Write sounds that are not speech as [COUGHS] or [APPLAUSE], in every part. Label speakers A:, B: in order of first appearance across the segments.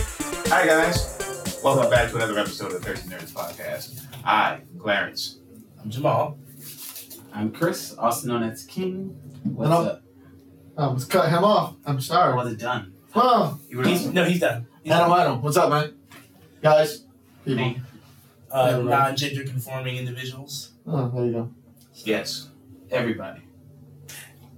A: Hi, guys. Welcome back to another episode of Thursday Nerds Podcast. I, Clarence.
B: I'm Jamal.
C: I'm Chris, also known as King. What's
D: Hello.
C: up?
D: Um, let's cut him off. I'm
C: I
D: sorry.
C: wasn't done.
D: Well,
C: You were
B: He's, no, he's done. He's
D: Adam,
B: done.
D: Adam, what's up, man? Guys, people.
C: Me.
B: Uh,
D: Never mind.
B: non-gender conforming individuals.
D: Oh, there you go.
A: Yes.
C: Everybody.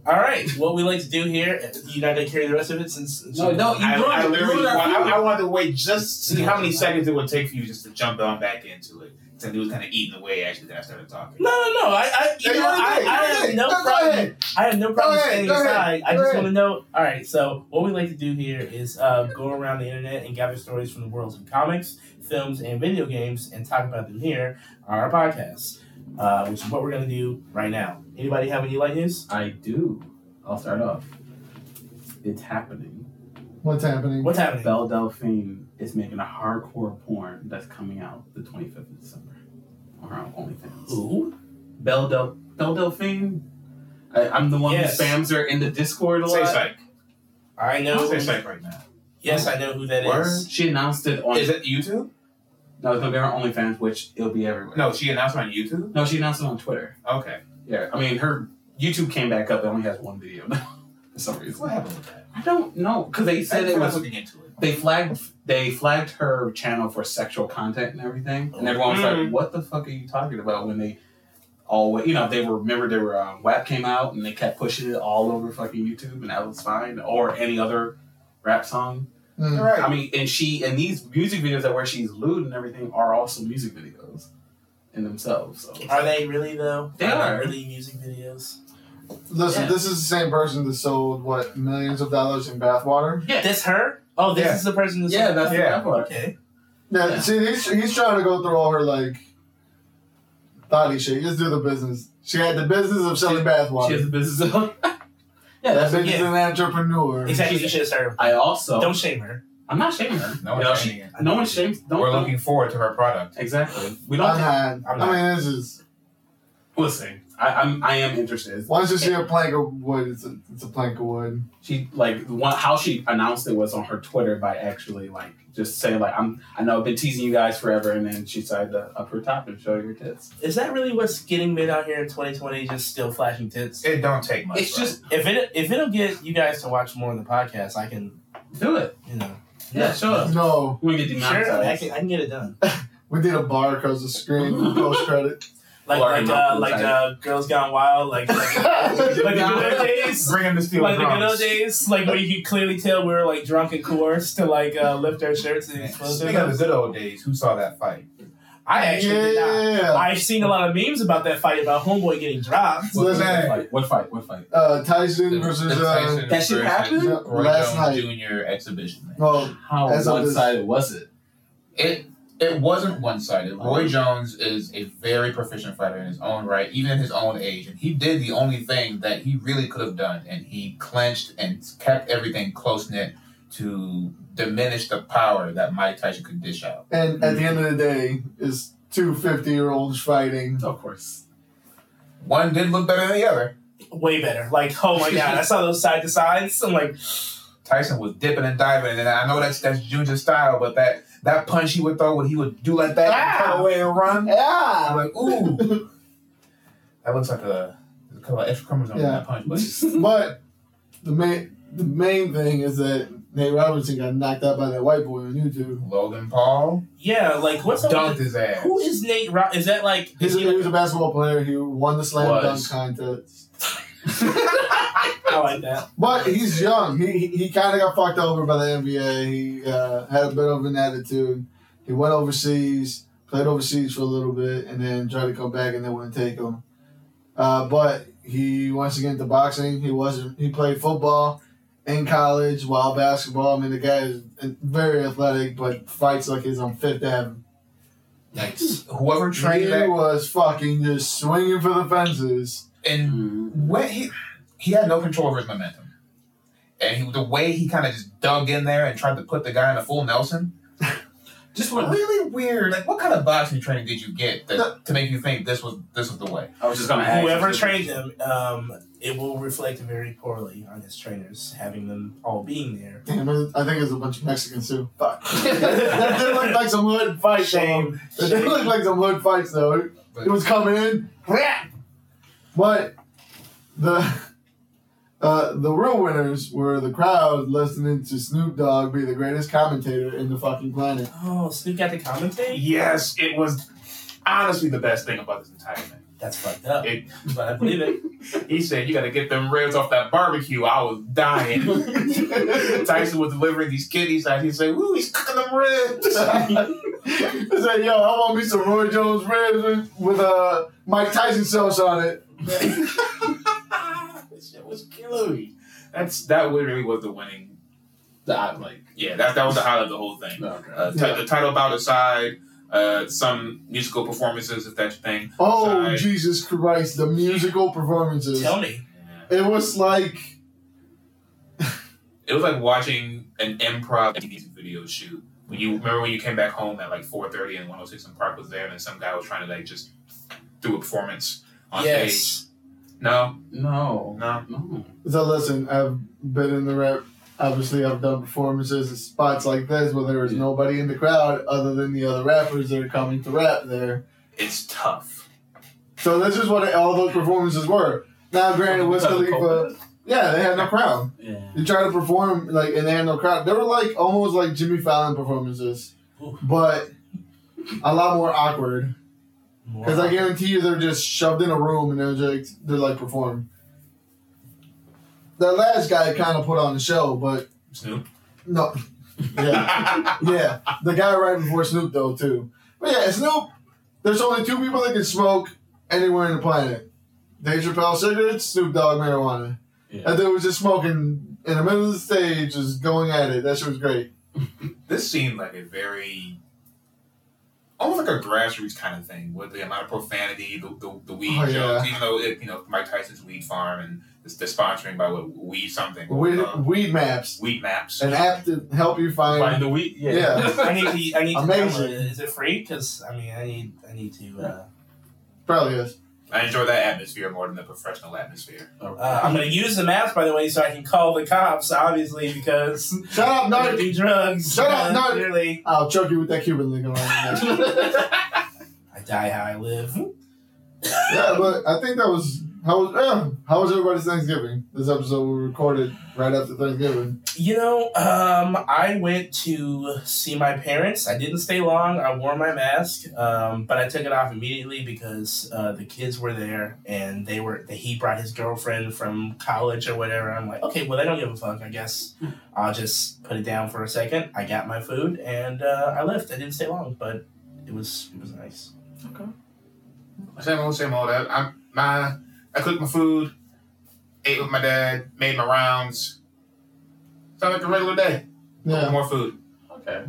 B: All right. What we like to do here, uh, you're not gonna carry the rest of it since.
C: No, no, you
A: I,
C: ruined
A: I
C: it. You
A: literally
C: ruined our
A: want, I,
C: flow.
A: I wanted to wait just to see how many seconds it would take for you just to jump on back into it. Since I knew it was kind of eating away actually that I started talking.
B: No, no, no. I, I, you know, what? I, I have no problem. I have no problem
D: Go ahead,
B: standing
D: go ahead,
B: aside. I
D: go
B: just
D: ahead.
B: want to know. All right. So what we like to do here is uh, go around the internet and gather stories from the worlds of comics, films, and video games, and talk about them here on our podcast, uh, which is what we're gonna do right now. Anybody have any light news?
C: I do. I'll start off. It's happening.
D: What's happening?
B: What's happening?
C: Belle Delphine is making a hardcore porn that's coming out the 25th of December on her OnlyFans.
B: Who?
C: Belle, Del- Belle Delphine? I, I'm the one
B: Yes.
C: who spams her in the Discord a
A: Say
C: lot.
A: psych.
B: I know.
A: Say psych right now.
B: Yes, I know who that is.
A: Word?
C: She announced it on.
A: Is it YouTube?
C: No, it's gonna be on her OnlyFans, which it'll be everywhere.
A: No, she announced it on YouTube?
C: no, she announced it on Twitter.
A: Okay.
C: Yeah, I mean, her YouTube came back up. It only has one video now [LAUGHS] for some reason.
A: What happened with that?
C: I don't know because they said it
A: I'm not
C: [LAUGHS] was
A: looking into it.
C: they flagged they flagged her channel for sexual content and everything, and everyone was
A: Mhm.
C: like, "What the fuck are you talking about?" When they all you know they were remember they were um, WAP came out and they kept pushing it all over fucking YouTube, and that was fine or any other rap song.
D: Mm.
A: Right.
C: I mean, and she and these music videos that where she's lewd and everything are also music videos in themselves. So
B: Are they really though?
C: They are.
B: really music videos.
D: Listen,
C: Yeah.
D: this is the same person that sold what millions of dollars in bathwater.
C: yeah,
B: This her? Oh, this
A: Yeah.
B: is the person. That's
C: yeah, that's the
A: Yeah.
C: rap part.
B: okay.
D: Now,
C: Yeah.
D: see, he's, he's trying to go through all her like body shit. Just do the business. She had the business of selling
C: She has
D: bathwater.
C: a business. [LAUGHS] of- yeah,
D: That
C: that's.
D: bitch is
B: yeah.
D: an entrepreneur.
B: Exactly. You should have started.
C: I also.
B: Don't shame her.
C: I'm not shaming her.
A: No one's
C: You know,
A: shaming
C: she-
A: her.
C: No one shames. Don't.
A: We're
C: don't-
A: looking forward to her product.
C: Exactly. We don't.
D: I'm had.
B: I'm
D: I mean, this is
C: listen. I, I'm. I am interested.
D: once you see a plank of wood, it's a it's a plank of wood.
C: She like one, how she announced it was on her Twitter by actually like just saying like I'm. I know I've been teasing you guys forever, and then she decided to up her top and show your tits.
B: Is that really what's getting made out here in 2020? Just still flashing tits.
A: It don't take much.
C: It's
A: bro.
C: just
B: If it if it'll get you guys to watch more of the podcast, I can
C: do it.
B: you know.
C: Yeah, show us.
D: No,
C: We get
B: Sure, I
C: demonetized.
B: can, I can get it done.
D: we did a bar across the screen post credit.
B: Like
C: Or
B: like
C: I'm
B: uh,
C: not
B: like
C: tired.
B: uh, girls gone wild. Like like, like the good old days.
A: Bring him to steal
B: Like the good old
A: drums.
B: days, like where you could clearly tell we were like drunk and coerced to like uh, lift our shirts and
A: Man,
B: expose
A: Speaking of
B: them.
A: the good old days, who saw that fight?
B: I actually did not.
D: yeah.
B: I've seen a lot of memes about that fight about Homeboy getting dropped.
C: What, what
A: Listen.
C: fight? What fight? What fight?
D: uh, Tyson versus uh,
C: That shit happened?
A: Roy
D: Last
A: Jones Jr. exhibition match.
D: well,
C: How
D: As of
C: one
D: this-
C: sided was it?
A: It it wasn't one sided. Roy Jones is a very proficient fighter in his own right, even at his own age, and he did the only thing that he really could have done, and he clenched and kept everything close knit to diminish the power that Mike Tyson could dish out.
D: and at the end of the day, is two 50 year olds fighting.
C: Of course.
A: One didn't look better than the other.
B: Way better. Like, oh my god, I saw those side to sides. I'm like,
A: Tyson was dipping and diving, and I know that's that's Junior's style, but that that punch he would throw, when he would do like that, and
D: Ah!
A: cut away and run. I'm
D: Yeah,
A: like,
B: [LAUGHS]
A: ooh, that looks like a, there's a couple of extra chromosomes in
D: Yeah.
A: that punch. But
D: but the main the main thing is that Nate Robinson got knocked out by that white boy on YouTube.
A: Logan Paul
B: yeah, like what's up?
A: dunked
B: with-
A: his ass.
B: Who is Nate? Ro- is that like?
D: He's a,
B: is he
D: he
B: like
D: was a basketball player. He won the slam
C: Was.
D: dunk contest,
B: I like that.
D: but he's young. He he, he kind of got fucked over by the NBA. He uh, had a bit of an attitude. He went overseas, played overseas for a little bit, and then tried to come back, and they wouldn't take him. Uh, but he once again into boxing. He wasn't. He played football in college while basketball. I mean, the guy is uh, very athletic, but fights like he's on Fifth Avenue.
A: Yikes. Whoever
D: He
A: trained that
D: was fucking just swinging for the fences.
A: and when he he had no control over his momentum, and he, the way he kind of just dug in there and tried to put the guy in a full Nelson.
C: Just for
A: Really weird. Like, what kind of boxing training did you get that, to make you think this was this was the way?
C: I was just gonna ask.
B: Whoever trained them, um, it will reflect very poorly on his trainers having them all being there.
D: Damn, it- I think it's a bunch of Mexicans too.
B: [LAUGHS]
D: Fuck. that did look like some hood fights. though.
B: Shame.
D: That did look like some hood fights though. It- It was coming in. rap. But the uh, the real winners were the crowd listening to Snoop Dogg be the greatest commentator in the fucking planet. [LAUGHS]
B: Oh, Snoop got to commentate?
C: Yes, it was honestly the best thing about this entire thing.
B: That's fucked up.
C: It-
B: but I believe it.
C: He said, "You got to get them ribs off that barbecue." I was dying.
D: [LAUGHS]
C: Tyson was delivering these kidney sides. He said, "Woo, he's cooking them ribs."
D: [LAUGHS] I said, yo, I want me some Roy Jones ribs with, with uh, Mike Tyson sauce on it.
C: that shit was killing. That's that literally was the winning. That like
A: Yeah, that that was the highlight of the whole thing. Uh, ti-
D: Yeah.
A: The title bout aside, uh, some musical performances, if that's your thing.
D: Oh,
A: Sorry.
D: Jesus Christ, the musical performances.
B: Tell me.
D: It was like,
A: It was like watching an improv music video shoot. When you remember when you came back home at like four thirty and one oh six and Park was there, and then some guy was trying to like just do a performance on stage.
B: yes.
A: No,
C: No,
A: no.
C: no.
D: so listen, I've been in the rep. Obviously, I've done performances at spots like this where there was
C: Yeah.
D: nobody in the crowd other than the other rappers that are coming to rap there.
A: It's tough.
D: So this is what all those performances were. Now, granted, Wiz Khalifa, yeah, they had no crowd.
C: Yeah.
D: They tried to perform like, and they had no crowd. They were like almost like Jimmy Fallon performances,
B: Ooh.
D: but a lot more awkward.
B: More
D: Because I guarantee you, they're just shoved in a room and they're just they're like perform. That last guy kind of put on the show, but
A: Snoop.
D: no, yeah, yeah. The guy right before Snoop though too. But yeah, Snoop. There's only two people that can smoke anywhere in the planet: Dave Chappelle cigarettes, Snoop Dogg marijuana.
C: Yeah.
D: That dude was just smoking in the middle of the stage, just going at it. That shit was great.
A: this seemed like a very almost like a grassroots kind of thing with the amount of profanity, the the, the weed
D: Oh, yeah.
A: jokes, even though it, you know Mike Tyson's weed farm and the, the sponsoring by what weed something
D: Weed,
A: uh,
D: weed maps,
A: weed maps.
D: an app to help you
C: Find
D: find.
C: the wheat. Yeah. [LAUGHS]
D: Yeah.
B: [LAUGHS] I need to. I need to
D: Amazing.
B: download it. Is it free? Because I mean, I need. I need to. Uh,
D: Probably is.
A: I enjoy that atmosphere more than the professional atmosphere.
B: uh, I'm gonna use the maps, by the way, so I can call the cops. Obviously, because
D: Shut up,
B: I
D: nerd.
B: do drugs.
D: Shut up,
B: uh,
D: no.
B: Clearly,
D: I'll choke you with that Cuban link on your neck.
B: I die how I live.
D: yeah, but I think that was how was yeah, how was everybody's Thanksgiving? This episode we recorded right after Thanksgiving.
B: You know, um, I went to see my parents. I didn't stay long. I wore my mask, um, but I took it off immediately because uh, the kids were there and they were. He brought his girlfriend from college or whatever. I'm like, okay, well they don't give a fuck. I guess I'll just put it down for a second. I got my food and uh, I left. I didn't stay long, but it was it was nice.
A: Same old, same old. I, I my I cooked my food, ate with my dad, made my rounds. Sound like a regular day.
D: Yeah.
A: More food.
C: Okay.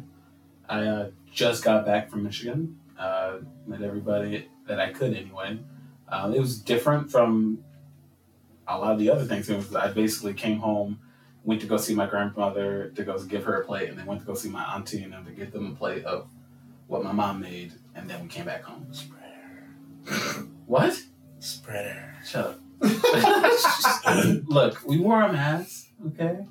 C: I uh, just got back from Michigan. Uh, met everybody that I could anyway. Uh, it was different from a lot of the other things. It was- I basically came home, went to go see my grandmother to go give her a plate, and then went to go see my auntie and them to get them a plate of what my mom made, and then we came back home.
B: Spreader,
C: What?
B: spreader.
C: Shut
A: [LAUGHS]
C: up. [LAUGHS] Look, we wore a mask, okay?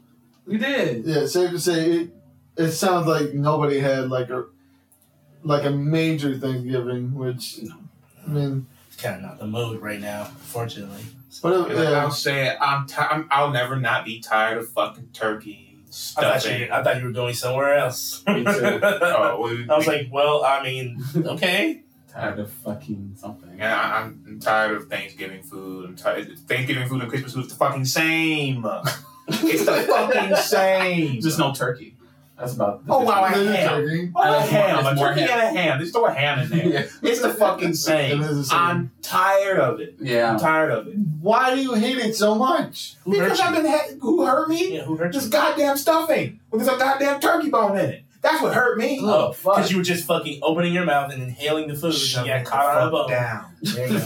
C: We did.
D: Yeah, safe to say it it sounds like nobody had like a like a major Thanksgiving, which
C: No.
D: I mean
B: It's kind of not the mode right now, fortunately.
D: but
A: Like,
D: it,
A: I'll
D: yeah.
A: say it, I'm, ti i I'll never not be tired of fucking turkey
B: I thought,
A: stuffing.
B: you, I thought you were going somewhere else.
C: Me
B: [LAUGHS]
C: too.
A: oh, we,
B: I was like, well, I mean, okay.
C: Tired of fucking something.
A: yeah, I- I'm, I'm tired of Thanksgiving food. I'm tired. Thanksgiving food and Christmas food is the fucking same. It's the
D: [LAUGHS]
A: fucking same.
C: Just no turkey. That's about. the
A: Oh, wow, I
D: It is
A: had-
D: turkey.
A: Oh,
C: I
A: ham. A
C: like more- it's more
A: turkey
C: ham.
A: and a ham. Just throw a ham in there.
C: [LAUGHS] Yeah.
A: It's the fucking
D: It
A: same.
D: is the same.
A: I'm tired of it. I'm
C: Yeah.
A: tired of it.
D: Why do you hate it so much?
B: Who hurt
A: Because
B: you?
A: I've been ha- who hurt me?
B: Yeah, who hurt
A: This [LAUGHS]
B: you?
A: goddamn stuffing with this goddamn turkey bone in it. That's what hurt me.
C: Oh, fuck.
B: Because you were just fucking opening your mouth and inhaling the food.
A: Shove
B: you got
A: it the
B: Oh, caught on a
A: fuck
B: [LAUGHS] bone.
A: down.
B: There you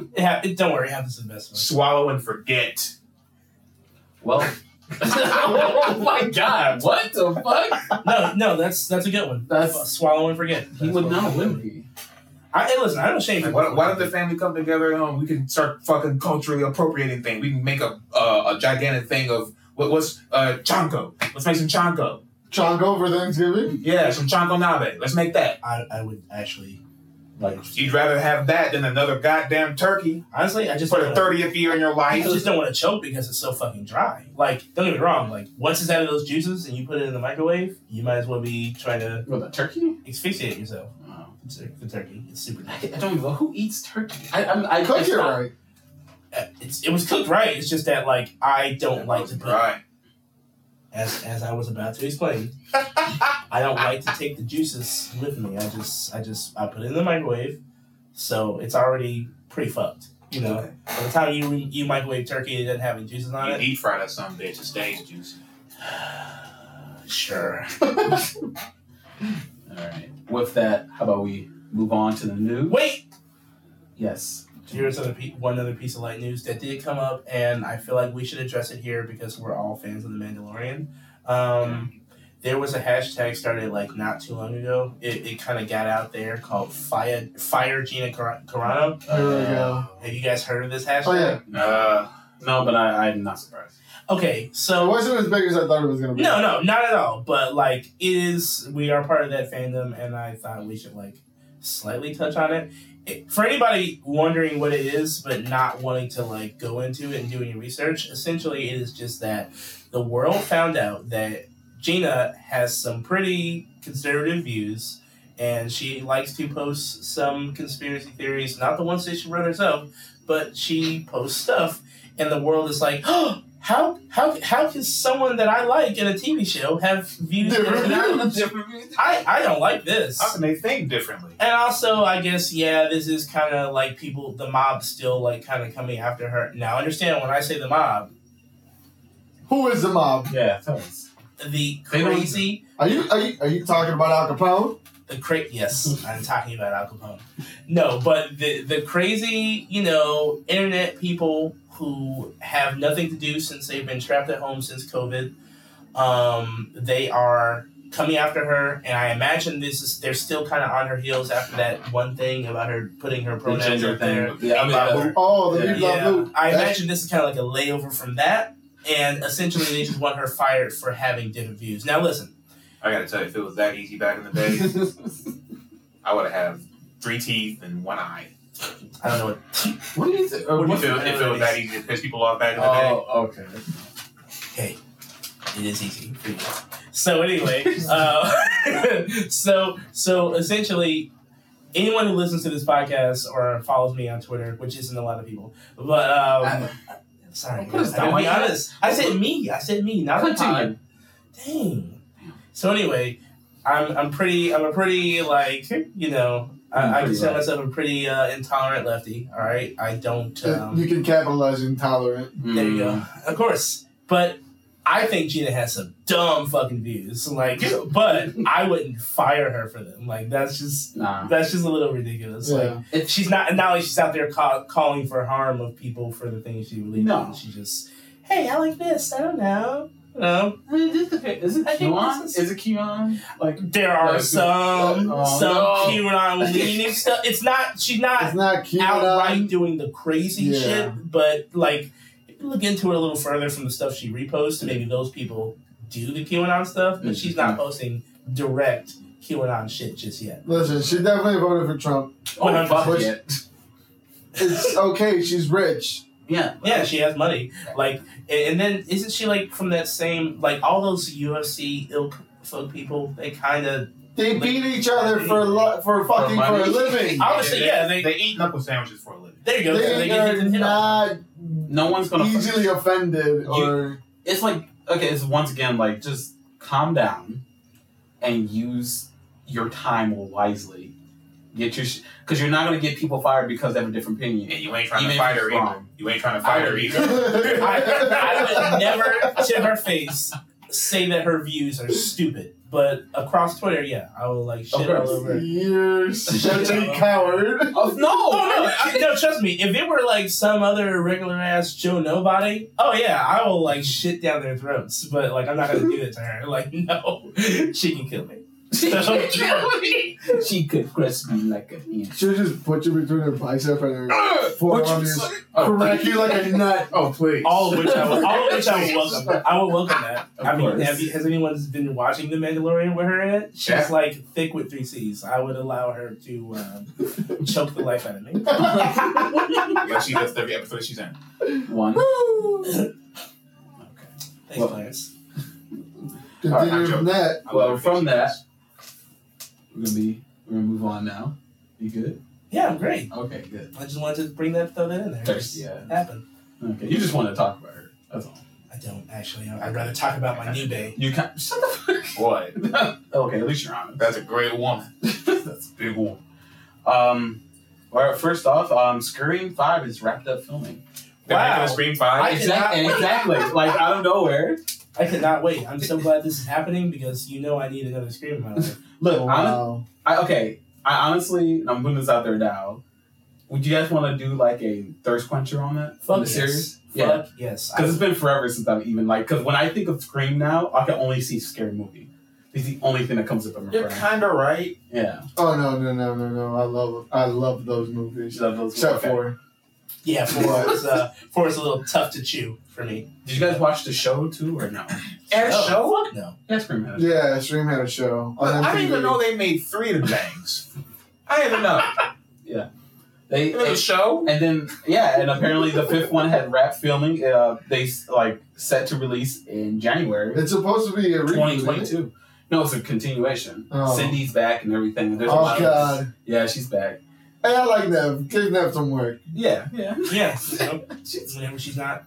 B: go. It hap- it- don't worry, it happens to the best of us.
A: Swallow and forget.
C: well, [LAUGHS] oh my god! What the fuck?
B: No, no, that's that's a good one.
C: That's-
B: swallow and forget.
C: He would know, wouldn't he?
B: I, hey, listen, I don't shame
E: Like,
B: him.
E: why, why don't the family come together and um, we can start fucking culturally appropriating things? We can make a uh, a gigantic thing of what, what's uh, chanko. Let's make some chanko.
D: Chonk over Thanksgiving.
E: Yeah, some chanko nabe. Let's make that.
B: I, I would actually
C: Like,
E: You'd rather have that than another goddamn turkey
B: honestly, I just
E: for
B: don't
E: the
B: wanna-
E: thirtieth year in your
B: I
E: life.
B: just don't want to choke because it's so fucking dry. Like, don't get me wrong. Like, once it's out of those juices and you put it in the microwave, you might as well be trying to
C: with a turkey?
B: asphyxiate yourself.
C: Oh.
B: It's a- The turkey, it's super
C: I,
B: nice.
C: I don't even know who eats turkey. I, I'm, I
D: Cook
C: it's
D: it
C: not-
D: right.
B: Uh, It's, it was cooked right. It's just that like I don't like to put
E: Right.
B: as as I was about to explain. I don't like to take the juices with me. I just I just I put it in the microwave, so it's already pretty fucked. You know,
E: Okay.
B: by the time you you microwave turkey, it doesn't have any juices on
E: You
B: it.
E: deep fry that some bitch. It stays juicy.
B: Sure.
C: All right. With that, how about we move on to the news?
B: Wait,
C: Yes.
B: Here's another pe- one other piece of light news that did come up, and I feel like we should address it here because we're all fans of The Mandalorian. Um, there was a hashtag started like not too long ago. It, it kind of got out there called Fire Fire Gina Car- Carano.
D: There we go.
B: Have you guys heard of this hashtag?
D: Oh yeah.
E: Uh,
C: No, but I, I'm not surprised.
B: Okay,
D: It
B: so
D: wasn't as big as I thought it was gonna be.
B: no, no, not at all. But like, it is we are part of that fandom, and I thought we should like slightly touch on it. it. For anybody wondering what it is, but not wanting to like go into it and do any research, essentially it is just that the world found out that Gina has some pretty conservative views. And she likes to post some conspiracy theories, not the ones that she wrote herself, but she posts stuff, and the world is like, oh, how how how can someone that I like in a TV show have views? that are not- I, I don't like this.
E: How can they think differently?
B: And also, I guess, yeah, this is kind of like people, the mob still like kind of coming after her. Now, understand when I say the mob,
D: Who is the mob?
C: Yeah, tell us.
B: the
C: They don't-
B: crazy,
D: Are you are you, are you talking about Al Capone?
B: the cra- yes, I'm talking about Al Capone. No, but the, the crazy, you know, internet people who have nothing to do since they've been trapped at home since COVID, um, they are coming after her. And I imagine this is, they're still kind of on her heels after that one thing about her putting her
C: The
B: pronouns
C: gender
B: out there.
C: thing. Yeah, I mean, uh,
D: Oh, the
C: Yeah.
D: people I
B: Yeah, I
D: knew. That's-
B: imagine this is kind of like a layover from that, and essentially they just want her fired for having different views. Now listen,
E: I gotta tell you, if it was that easy back in the day, [LAUGHS] I would have three teeth and one eye.
B: I don't know what.
C: what do you think? uh,
B: What do you
E: If it, if it was that easy to piss people off back in the day.
C: Oh, okay.
B: Hey, it is easy. for you. So anyway, uh, [LAUGHS] so so essentially, anyone who listens to this podcast or follows me on Twitter, which isn't a lot of people, but
C: Oh, Uh,
B: um, sorry, I
C: Don't put us
B: gotta
C: down
B: be
C: like that.
B: honest. I said me. I said me, not
C: uh,
B: the pod.
C: Continue.
B: Dang. So anyway, I'm I'm pretty I'm a pretty like you know I, I
C: Pretty
B: consider
C: left.
B: myself a pretty uh, intolerant lefty. All right, I don't.
D: [LAUGHS] you
B: Um,
D: can capitalize intolerant.
C: hmm,
B: there you go.
C: Mm.
B: Of course, but I think Gina has some dumb fucking views. Like, [LAUGHS] but I wouldn't fire her for them. Like that's just
C: Nah.
B: that's just a little ridiculous.
D: Yeah.
B: Like she's not not like she's out there call, calling for harm of people for the things she believes.
C: No.
B: in. she just hey I like this. I don't know. You know,
C: Is it
B: I think
C: Keon?
B: this
C: Is
B: is-
C: it Keon? Like,
B: There are
C: Like,
B: some
C: oh,
B: some
C: no. [LAUGHS]
B: QAnon leaning stuff. It's not she's
D: It's
B: not
D: not cute.
B: outright doing the crazy
D: Yeah.
B: shit, but like if you look into it a little further from the stuff she reposts. Maybe those people do the QAnon stuff, but she's not posting direct QAnon shit just yet.
D: Listen, she definitely voted for Trump.
C: oh,
B: 100%.
C: fuck it.
D: It's okay. She's rich.
C: Yeah.
B: Yeah, she has money. Like, and and then isn't she like from that same like all those UFC ilk folk people? They kind of
D: They beat each other for lo- for fucking for, a
E: money.
A: [LAUGHS]
D: living.
B: Obviously, yeah, they-
E: they eat knuckle sandwiches for a living.
B: there you go. so
D: They
B: they get
D: are
B: hit, hit on.
D: not
C: No one's gonna.
D: easily offended or
C: it's like okay, it's once again like just calm down and use your time wisely. Get your because you're not gonna get people fired because they have a different opinion.
E: And you ain't trying
C: Even
E: to
C: if
E: fight
C: it's
E: her either.
C: wrong.
E: You ain't trying to fight her [LAUGHS] either.
B: I, I would never to her face say that her views are stupid, But across Twitter, yeah, I will like shit all
C: course.
B: over.
D: You're such a coward.
C: Oh, no,
B: Oh no,
C: [LAUGHS] I-
B: I- no, trust me. If it were like some other regular ass Joe Nobody, oh yeah, I will like shit down their throats. But like, I'm not gonna do it to her. [LAUGHS] Like, no, she can kill me.
C: [LAUGHS]
B: [LAUGHS]
C: She could kill me. She could crush me like a ant.
D: She'll just put you between her bicep and her
E: Ugh,
D: forearm.
E: what you
D: and just
E: say? Oh,
D: Crack you like a nut.
E: oh, please.
B: All of which
E: [LAUGHS]
B: I will, [LAUGHS] all of which I will welcome. I will welcome that.
C: Of
B: I mean,
C: course.
B: have you, has anyone been watching The Mandalorian with her in it? She's
E: Yeah.
B: like thick with three C's. I would allow her to um, choke the life out of
C: [LAUGHS]
B: me.
E: like she does every episode she's in.
C: One.
B: Thanks,
C: Well-
B: Clarence.
D: Continue from that.
E: I
C: Well,
E: love
C: from
E: vacation
C: that-
E: days.
C: We're gonna be. We're gonna move on now. You good?
B: Yeah, I'm great.
C: Okay, good.
B: I just wanted to bring that throw that in there.
C: Thirsty, yeah.
B: Happened.
C: Okay, you just want to talk about her. That's all.
B: I don't actually. I- I'd rather talk about my new bae.
C: You can't. Shut the [LAUGHS]
E: boy,
C: fuck. okay, at least you're honest.
E: that's a great woman.
C: [LAUGHS] That's a big one. Um. All right. First off, um, Scream Five is wrapped up filming.
E: They're
B: Wow.
E: making a Scream Five.
B: I did not-
C: Exactly. Exactly. like out of nowhere.
B: [LAUGHS] I could not wait. I'm so glad this is happening because you know I need another scream in my [LAUGHS] life.
C: Look,
D: Oh,
C: hon-
D: wow.
C: I, okay. I honestly, and I'm putting this out there now. Would you guys want to do like a thirst quencher on that?
B: Fuck
C: on the
B: yes.
C: series? Yeah.
B: Fuck yes.
C: Because it's
B: I,
C: been forever since I've even like. Because when I think of Scream now, I can only see Scary Movie. It's the only thing that comes up in my
E: You're
C: brain.
E: kind of right.
C: Yeah.
D: Oh no no no no no! I love I love those movies. Except for
B: yeah, four is uh, four is a little tough to chew for me.
C: Did you guys watch the show too or no?
E: Air
B: No,
E: show.
B: Fuck no.
C: Yeah, Scream had it.
D: yeah, Stream had a show. On
E: I didn't
D: MTV.
E: even know they made three of the things. I didn't even know.
C: They,
E: It was a
C: they-
E: show.
C: and then yeah, and apparently the fifth one had wrapped filming. Uh, they like set to release in January
D: It's supposed to be a reboot. isn't it?
C: 2022. No, it's a continuation.
D: Oh.
C: Cindy's back and everything. There's a
D: Oh
C: lot Of,
D: god!
C: yeah, she's back.
D: Hey, I like that. Give them some work.
C: Yeah, yeah.
B: Yeah. nope. Whenever she's not.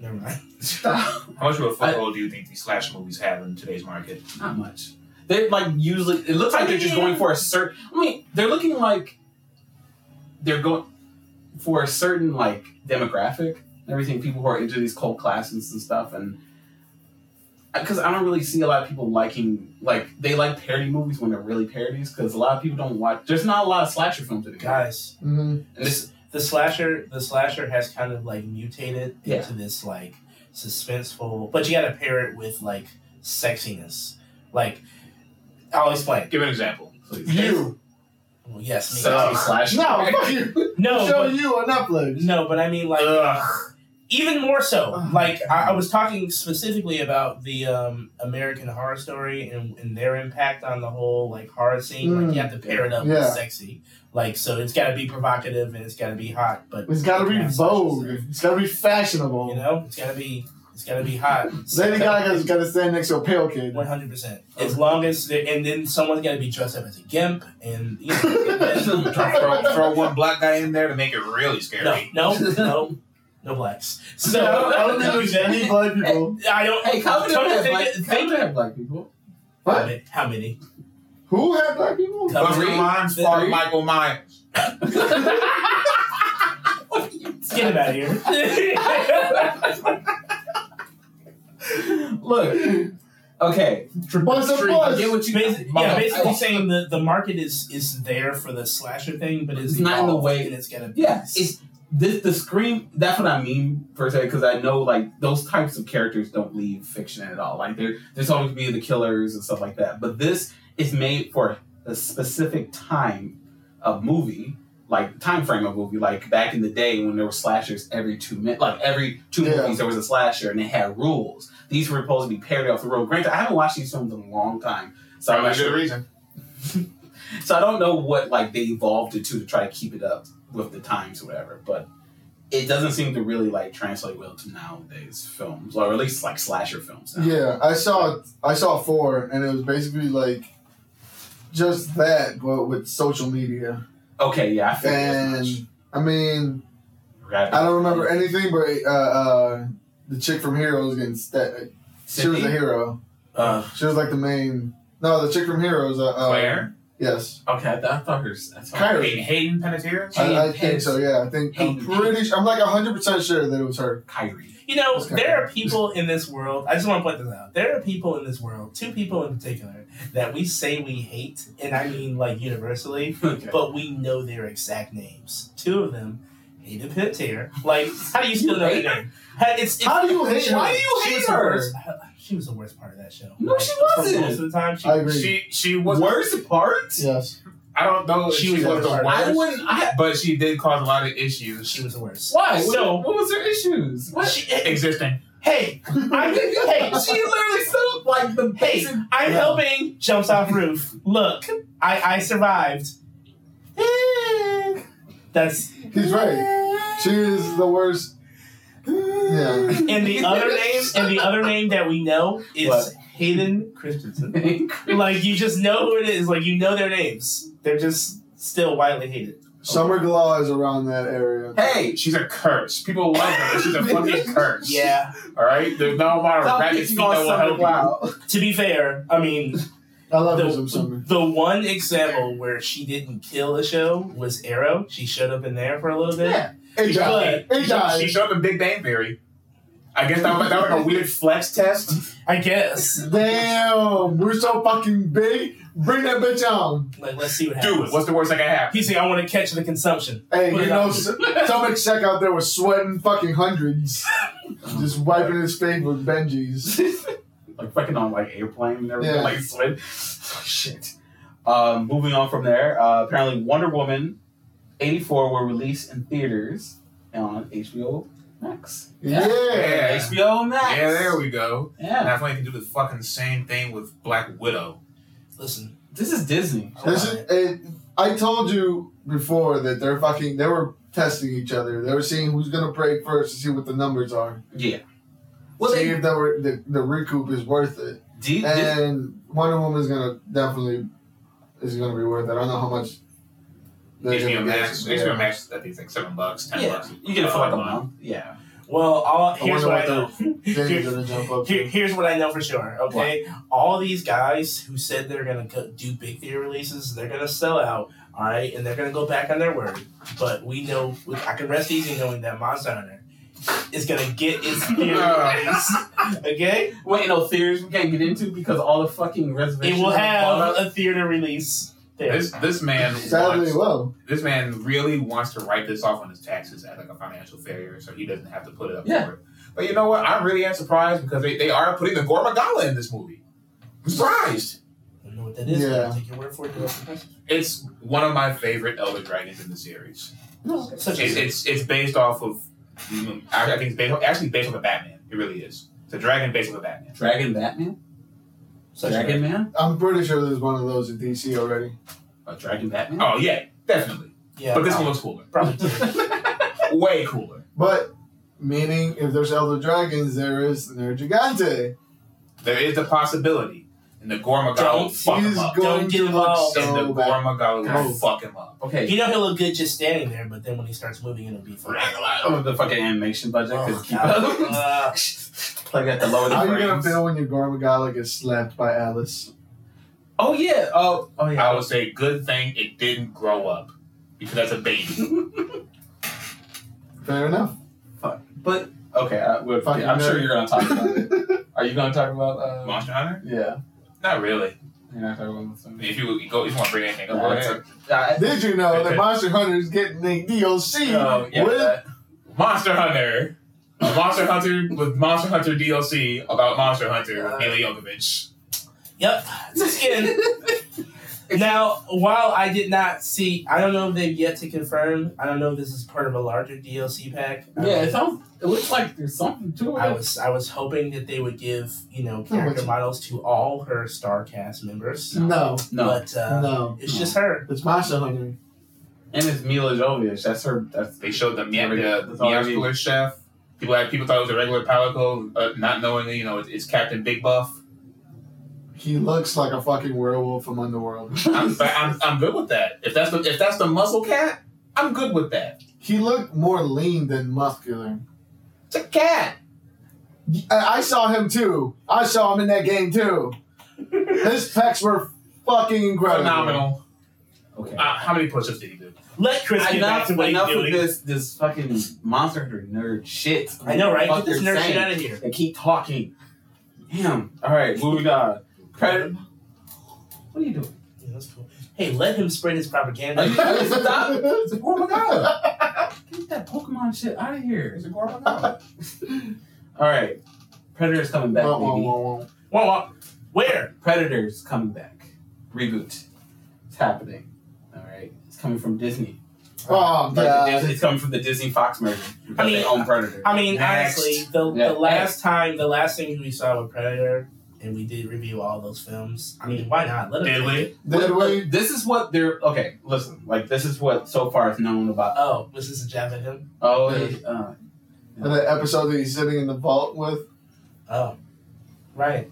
B: Never mind.
C: Stop.
E: How much of a
C: I-
E: foothold do you think these slash movies have in today's market?
C: Not much. They like usually. It looks like
B: I
C: they're just
B: mean-
C: going for a certain. I mean, they're looking like they're going for a certain like demographic. and Everything people who are into these cult classics and stuff, and because I don't really see a lot of people liking like they like parody movies when they're really parodies because a lot of people don't watch. There's not a lot of slasher films anymore.
B: Guys,
D: hmm
C: And this,
B: the slasher the slasher has kind of like mutated
C: Yeah.
B: into this like suspenseful but you gotta pair it with like sexiness. Like I'll explain.
E: Give an example.
D: You
B: Well, yes, me. [LAUGHS]
C: sexy [LAUGHS] slasher.
D: no fuck you.
B: no,
D: show
B: but
D: you on Netflix.
B: No, but I mean like
A: uh,
E: Ugh.
B: even more so.
D: Oh,
B: like I, I
D: God.
B: was talking specifically about the um, American Horror Story and, and their impact on the whole like horror scene. Like you have to pair it up
D: Mm. Yeah.
B: with sexy. Like so, it's got to be provocative and it's got to be hot. But
D: It's got to be
B: Yeah,
D: vogue.
B: slashes,
D: It's got to be fashionable.
B: You know, it's got to be it's got to be hot.
D: [LAUGHS] Lady Gaga's got to stand next to a pale
B: [LAUGHS]
D: kid.
B: One hundred percent. As long as they- and then someone's got to be dressed up as a gimp and
D: [LAUGHS]
B: you know, and then-
E: throw, throw one black guy in there to make it really scary.
B: [LAUGHS] no, no, no, no
D: [LAUGHS]
B: blacks. [LAUGHS] So [LAUGHS]
D: I don't think there's any black people.
B: I don't.
C: Hey, how
B: Tony,
C: do have
B: think-
C: black,
B: think-
C: Covenant have black people?
B: how
D: What?
B: many? How many?
D: Who had black people?
B: Tell
E: Buster
B: me.
E: Rhymes
B: Three.
E: fought Michael Myers.
B: Get him out of
C: [LAUGHS]
B: here.
C: Look, okay.
D: What's the
C: Tree, I
D: fuss?
C: get what you
B: Basi-
C: Mama,
B: yeah, basically
C: I-
B: saying the, the market is is there for the slasher thing, but it's
C: It's not in the
B: evolved
C: way-
B: and it's gonna.
C: Yeah, it's this the scream. That's what I mean per se, because I know like those types of characters don't leave fiction at all. Like there, there's always be the killers and stuff like that. But this is made for a specific time of movie, like time frame of movie. Like back in the day when there were slashers every two minutes, like every two
D: Yeah.
C: movies there was a slasher and they had rules. These were supposed to be parody off the road. Granted, I haven't watched these films in a long time, so I'm
E: Probably
C: not
E: good
C: sure
E: reason.
C: so I don't know what like they evolved it to to try to keep it up with the times or whatever, but it doesn't seem to really like translate well to nowadays films, or at least like slasher films. Now.
D: Yeah, I saw I saw four, and it was basically like just that, but with social media.
C: Okay. Yeah. I figured as
D: And I mean,
C: much. Right.
D: I don't remember anything, but uh, uh, the chick from Heroes getting sta- she was
C: Sydney?
D: a hero.
C: Uh,
D: She was like the main. No, the chick from Heroes. Uh, uh,
E: Claire?
D: Yes,
C: Okay, I thought I thought her. I thought
D: Kyrie.
A: Hayden, Hayden Panettiere?
D: I, I
B: Hayden
D: think
B: Pence.
D: so. Yeah, I think I'm
C: Hayden
D: pretty. Sure, I'm like hundred percent sure that it was her.
C: Kyrie. [LAUGHS]
B: You know,
D: That's kinda-
B: there are people in this world. I just want to point this out. There are people in this world, two people in particular, that we say we hate, and I mean like universally,
C: Okay.
B: but we know their exact names. Two of them, Hayden Panettiere. Like, how do you still know their name? Hey, It's, it's,
D: How do you hate her?
C: Why do you
B: she
C: hate
B: was the
C: her?
B: worst- She was the worst part of that show.
C: No, she
B: For
C: wasn't.
B: Most of the time, she
D: I agree.
A: She she was
C: Worst part?
D: yes,
A: I don't know if
B: She
A: she,
B: was
A: was, the
B: the worst.
A: worst,
C: I wouldn't. I,
A: but she did cause a lot of issues.
B: she was the worst.
C: why?
B: So-
C: what, what was her issues? What? [LAUGHS]
B: She,
A: Existing.
B: hey, I, hey,
C: she literally set up like the
B: Hey,
C: basic.
B: I'm
D: Yeah.
B: helping. Jumps off roof. Look, I I survived. Eh. That's
D: he's right. She is the worst.
C: [LAUGHS]
D: Yeah.
B: and the other name and the other name that we know is
C: What?
B: Hayden Christensen.
C: name.
D: [LAUGHS]
B: Like you just know who it is. Like you know their names. They're just still widely hated.
D: Summer Glau is around that area.
C: hey,
A: She's a curse. People love her. but She's a
B: [LAUGHS]
A: fucking curse.
B: Yeah.
A: All right. There's no amount of
C: Stop
A: rabbit
C: picking
A: feet
C: on
A: that will
C: Summer
A: help you.
C: Glau.
B: To be fair, I mean
D: I love
B: the,
D: her some Summer.
B: the one example where she didn't kill a show was Arrow. She showed up in there for a little bit.
C: Yeah.
D: It died.
A: She
D: It
A: showed-
D: died.
A: She showed up in Big Bang Theory. I guess that was, that was like a weird flex test.
B: I guess.
D: Damn, we're so fucking big. Bring that bitch on.
B: Like let's see what happens.
A: Do it. What's the worst that can happen?
B: He said, "I want to catch the consumption."
D: Hey,
B: Put
D: you
B: it
D: know,
B: out.
D: s- stomach check out there was sweating fucking hundreds, just wiping his face with Benji's.
C: like fucking on like airplane and everything,
D: Yeah.
C: like [LAUGHS] slid. Shit. Um, moving on from there, uh, apparently Wonder Woman eighty four were released in theaters on HBO Max.
D: Yeah,
A: Yeah.
C: HBO Max.
A: Yeah, there we go. And
C: Yeah,
A: I think they can do the fucking same thing with Black Widow.
B: Listen,
C: this is Disney.
D: this is. It, I told you before that they're fucking. They were testing each other. They were seeing who's gonna break first to see what the numbers are.
C: Yeah. Well,
D: see
C: they,
D: if that were the, the recoup is worth it.
C: D- Dis-
D: And Wonder Woman is gonna definitely is gonna be worth it. I don't know how much. they're
A: HBO
D: gonna get.
A: Max.
D: Yeah.
A: HBO Max. I think it's like seven bucks, ten
C: yeah,
A: bucks.
C: you get it for like a
A: Uh,
C: month. Yeah.
B: well, all, here's
D: wonder
B: what I
D: what
B: know.
D: Jenny's
B: Here-
D: gonna jump up.
B: here- here's what I know for sure. Okay, all these guys who said they're gonna go, do big theater releases, they're gonna sell out. All right, and they're gonna go back on their word. But we know I can rest easy knowing that Monster Hunter is gonna get
D: [LAUGHS]
B: its theater release. Okay,
C: Wait, no theaters we can't get into because all the fucking
B: it
C: reservations.
B: will
C: are bought
B: have
C: up.
B: a theater release. There.
A: This this man
D: [LAUGHS] Sadly,
A: wants,
D: well,
A: this man really wants to write this off on his taxes as like a financial failure, so he doesn't have to put it up
C: Yeah.
A: for it. But you know what? I really am surprised because they, they are putting the Gormagala in this movie. I'm surprised.
B: I don't know what that is.
D: Yeah.
B: I'll take your word for it. You're welcome.
A: It's one of my favorite Elder Dragons in the series.
B: Such
A: It's
B: a
A: it's, it's based off of I, I think it's based, actually based off of Batman. It really is. It's a dragon based off of Batman.
C: Dragon Batman.
B: such a
C: Dragon Man.
D: I'm pretty sure there's one of those in DC already.
C: A Dragon Batman.
A: Oh yeah, definitely.
B: yeah.
A: but this one
B: probably,
A: looks cooler.
B: probably
A: Way cooler.
D: But meaning, if there's elder dragons, there is the Gigante.
A: There is the possibility, and the Gormagala will
B: Don't
A: fuck
D: He's
A: him up.
D: going
B: Don't
D: to
B: get
D: look
B: involved.
D: so
A: and the
D: bad.
A: Gormagala will
D: Guys.
A: fuck him up.
C: Okay.
B: You know he'll look good just standing there, but then when he starts moving, it'll be fine.
C: Oh, the fucking animation budget could
B: Oh,
C: keep up. [LAUGHS]
B: God.
C: like at the lower
D: How
C: the
D: you gonna
C: frames.
D: feel when your Gormagala gets slapped by Alice?
C: Oh yeah. Oh oh yeah.
A: I would say good thing it didn't grow up because that's a baby.
D: Fair enough. [LAUGHS]
C: Fuck. But okay, I, we're,
D: Fucking
C: I'm sure
D: nerd.
C: you're gonna talk about it. [LAUGHS] Are you gonna talk about? Uh,
A: Monster Hunter?
C: Yeah.
A: Not really.
C: You're not talking about
A: I
C: something?
A: mean, If you, you go, if you want to bring anything up,
C: Nah,
A: go
C: it's
A: ahead.
C: I-
D: Did you know that Monster Hunter is getting a DLC
C: Oh, yeah,
D: with
C: that-
A: Monster Hunter, A Monster Hunter with Monster Hunter DLC about Monster Hunter with Mila Jovovich.
B: Yep. It's
C: [LAUGHS]
B: skin. Now, while I did not see, I don't know if they've yet to confirm. I don't know if this is part of a larger DLC pack. I
C: yeah,
B: mean,
C: it sounds. It looks like there's something to it.
B: I was I was hoping that they would give you know character
D: much-
B: models to all her star cast members,
D: no,
C: no,
B: but uh,
D: no.
B: it's just
C: [LAUGHS]
B: her.
D: It's Monster Hunter.
C: and it's Mila Jovovich. That's her. That's
A: They showed the
C: Yeah,
A: Mia- the
C: that's all I need.
A: Miascular Chef. People had people thought it was a regular Palico, uh, not knowing that you know it's, it's Captain Big Buff.
D: He looks like a fucking werewolf from Underworld.
A: I'm, but
C: [LAUGHS]
A: I'm, I'm good with that. If that's the if that's the muscle cat, I'm good with that.
D: He looked more lean than muscular.
A: It's a cat.
D: I, I saw him too. I saw him in that game too. His pecs were fucking incredible. [LAUGHS]
A: Phenomenal.
C: Okay.
B: Uh, how many push-ups did he do? Let Chris get back
C: enough
B: to what he's
C: enough
B: doing.
C: of this this fucking monster hunter nerd shit.
B: I know, right?
C: Fuck
B: Get this
C: they're
B: nerd shit
C: saying.
B: out of here.
C: They keep talking. Damn. All right, moving on. Predator. What are you doing?
B: Yeah, that's cool. Hey, let him spread his
E: Are you-
B: propaganda.
C: Stop.
E: It's a Gormagala.
C: Get that Pokemon shit out of here.
E: It's a Gormagala.
C: All right, Predator's coming back,
D: Wah, wah,
C: baby.
D: wah, wah.
B: Whoa, whoa. Where?
C: Predator's coming back. Reboot. It's happening. All right. It's coming from Disney.
D: Oh,
C: Like the
D: God.
C: Disney- it's coming from the Disney Fox merger. because
B: I mean,
C: they own Predator.
B: I mean,
C: Next.
B: honestly, the,
C: Yeah.
B: the last time, the last thing we saw with Predator, and we did review all those films. I mean, why not? Let him
A: Did
B: take
A: we?
B: it.
D: Did we?
C: This is what they're okay. Listen, like this is what so far is known about.
B: Oh, was this a jab at him?
C: Oh, it- uh,
D: And the episode that he's sitting in the vault with.
B: Oh, right.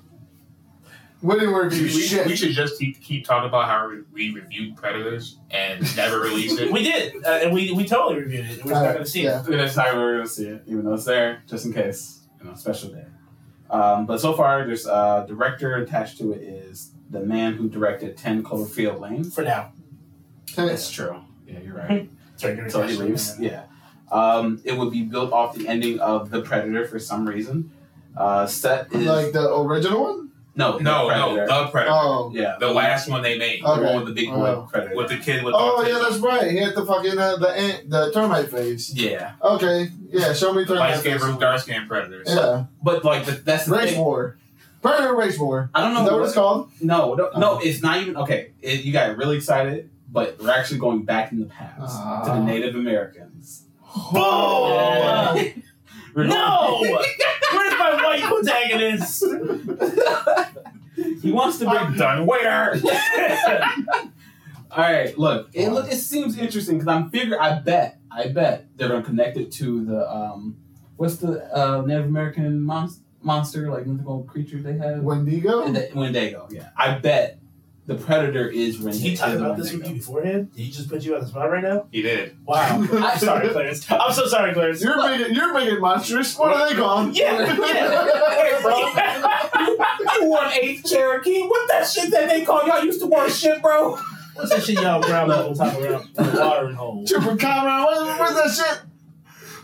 D: We didn't
A: We,
D: review
A: we-
D: shit.
A: we should just keep, keep talking about how we, we reviewed Predators and never released it.
D: [LAUGHS]
B: We did, uh, and we we totally reviewed it. We're just not
D: Alright,
B: gonna see
D: yeah.
B: it.
C: next time we're gonna see it, even though it's there, just in case, you know, special day. Um, but so far, there's uh, director attached to it is the man who directed Ten Cloverfield Lane.
B: For now,
C: That's true. Yeah, you're right.
B: sorry. you're
C: until he
B: right.
C: leaves. Yeah. Um, it would be built off the ending of The Predator for some reason. Uh, set is
D: Like the original one?
A: no,
C: no, The
A: no,
C: Predator.
A: the Predator.
D: Oh.
C: yeah,
A: The last one they made.
C: the
D: Okay.
C: one with the big boy
D: Wow.
C: Predator.
A: With the kid with
D: Oh
A: autism.
D: yeah, that's right. He had the fucking uh, the ant, the termite face.
C: yeah,
D: Okay, yeah. Show me
A: The
D: termite
A: light skin
D: face.
A: versus dark skin predators.
D: Yeah,
C: but like the, that's the
D: race
C: thing.
D: war, predator race war.
C: I don't
D: Is
C: know.
D: that what
C: what-
D: it's called?
C: no, no, no, it's not even okay. It, you got really excited, but we're actually going back in the past to the
D: Ah. Oh.
C: Native Americans.
B: Boom!
C: Yeah.
A: [LAUGHS]
C: We're
B: No! Where's my white protagonist?
C: going- [LAUGHS] he wants to bring
A: I'm done. Where?
D: [LAUGHS]
C: All right, look. It, look, it seems interesting because I'm figure. I bet, I bet they're gonna connect it to the um, what's the uh, Native American monst- monster like mythical creature they have?
D: Wendigo.
C: And the- Wendigo. Yeah, I bet the predator is
B: Did
C: Wendigo.
B: you talk
C: is
B: about this with
C: Wendigo.
B: me beforehand? Did he just put you on the spot right now?
A: He did.
C: [LAUGHS]
B: Wow. I'm sorry, Clarence. I'm so sorry, Clarence.
D: You're making you're making monstrous. What are they called?
B: Yeah, [LAUGHS] yeah.
C: [LAUGHS]
D: [LAUGHS]
C: Hey, bro. You wore an eighth Cherokee? What that shit that they call y'all used to wear shit, bro?
B: What's that shit y'all ground level talk around?
C: [LAUGHS]
B: Watering hole.
D: Chipper Conrad. What, what's that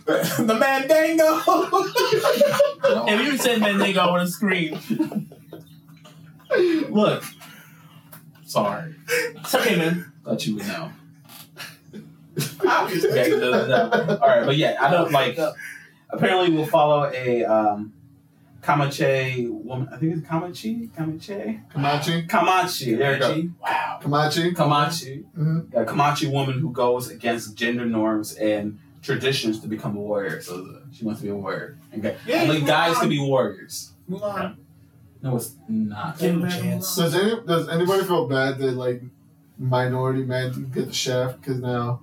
D: shit?
C: the mandango.
B: If you said Mendigo, I would have screamed.
C: look, sorry,
B: It's okay, man.
C: thought you would know. Okay,
A: Obviously.
C: no, no. All right, but yeah, I don't like. Apparently, we'll follow a um, Kamache woman. I think it's Kamachi. Kamache.
D: Comanche.
C: Kamachi. There you go.
B: Wow.
D: Comanche.
C: Kamachi.
D: Mhm.
C: A Kamachi woman who goes against gender norms and traditions to become a warrior. So she wants to be a warrior. Okay.
A: Yeah,
C: Only
A: Mulan.
C: guys can be warriors.
A: Mulan.
C: No, it's not.
B: Give him a chance.
D: Does any does anybody feel bad that like minority men didn't get the shaft because now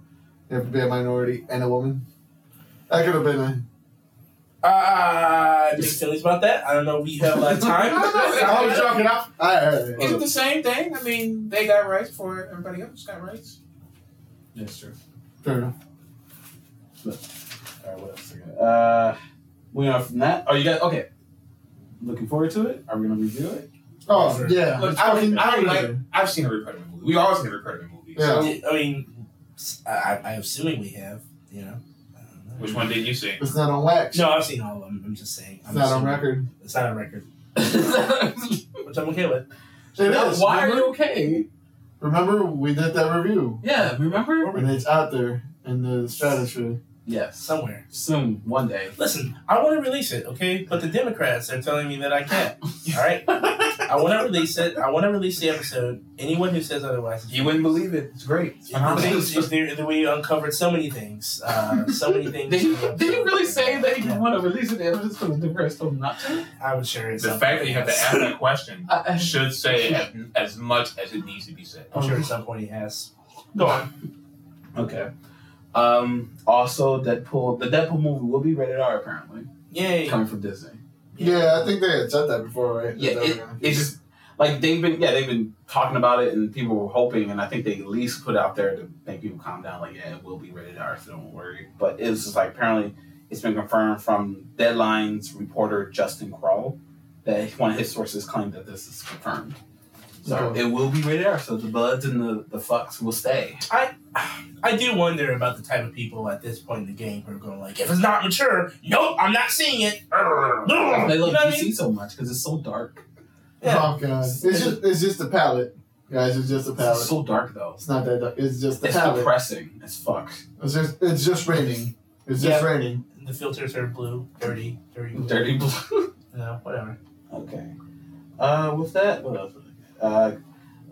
D: they have to be a minority and a woman? That could have been a
B: Uh, big feelings about that. I don't know. We have uh,
D: [LAUGHS]
B: time.
A: I don't know.
D: [LAUGHS] I was joking.
A: Is
D: I heard
A: it the same thing? I mean, they got rights for it. Everybody else got rights.
C: That's true.
D: Fair enough.
C: All right, what else? we got? Uh, we are from
A: Oh,
C: that. Are you guys okay? Looking forward to it. Are we gonna review it?
D: Oh yeah.
A: Look,
D: It's
A: I,
D: fucking
A: I, like,
D: predator.
A: I've seen every Predator movie. We all seen every Predator movie.
D: Yeah.
A: So,
B: I mean, I, I'm assuming we have. You know. I don't know.
A: which one did you see?
D: It's not on wax.
B: No, I've seen all of them. I'm just saying.
D: It's
B: I'm
D: not on
B: assuming-
D: record.
B: It's not on record,
C: [LAUGHS] It
B: which I'm okay with.
D: It is.
C: Why are
D: remember?
C: you okay?
D: Remember we did that review
C: Yeah, remember?
D: and it's out there in the stratosphere.
C: Yes.
B: Somewhere.
C: Soon, one [LAUGHS] day.
B: Listen, I want to release it, okay? But the Democrats are telling me that I [LAUGHS] can't. All right, I want to release it. I want to release the episode. Anyone who says otherwise, is
A: You wouldn't believe it. It's great. It's
B: The
A: phenomenal.
B: things- is there- we uncovered so many things. Uh, so
C: [LAUGHS]
B: many things.
C: Did you, did you [LAUGHS] really say that you
B: Yeah,
C: want to release an episode for the first time not to? Uh,
B: I would share it.
A: The fact that you have to ask [LAUGHS] that question
C: I, I,
A: should say as, as much as it needs to be [LAUGHS] said.
B: [LAUGHS] I'm sure at some point he has.
A: Go on.
C: okay. Um, also, Deadpool, the Deadpool movie will be rated R apparently.
B: Yay!
C: Coming from Disney.
D: Yeah, I think they had said that before, right?
C: Yeah,
D: That they were gonna-
C: It's just like they've been, yeah, they've been talking about it and people were hoping, and I think they at least put it out there to make people calm down, like, yeah, it will be rated R, so don't worry. But it was just like, apparently, it's been confirmed from Deadline's reporter Justin Kroll that one of his sources claimed that this is confirmed. So it will be rated R. So the buds and the, the fucks will stay.
B: I do wonder about the type of people at this point in the game who are going like, if it's not mature, nope, I'm not seeing it.
A: Arrgh.
B: Ugh.
C: They
B: You know
C: love
B: what I
C: PC
B: mean?
C: so much because it's so dark. Uh-huh.
B: Yeah.
D: Oh god, it's just it's just a palette, guys. It's just a
C: It's
D: palette.
C: so dark though.
D: It's not that. Dark. It's just a
C: It's
D: palette.
C: depressing as fuck.
D: It's just it's just raining. It's just
B: Yeah.
D: raining.
B: The filters are blue, dirty, dirty, blue.
C: Dirty blue.
B: You know, whatever.
C: Okay. Uh, with that, what else? Uh,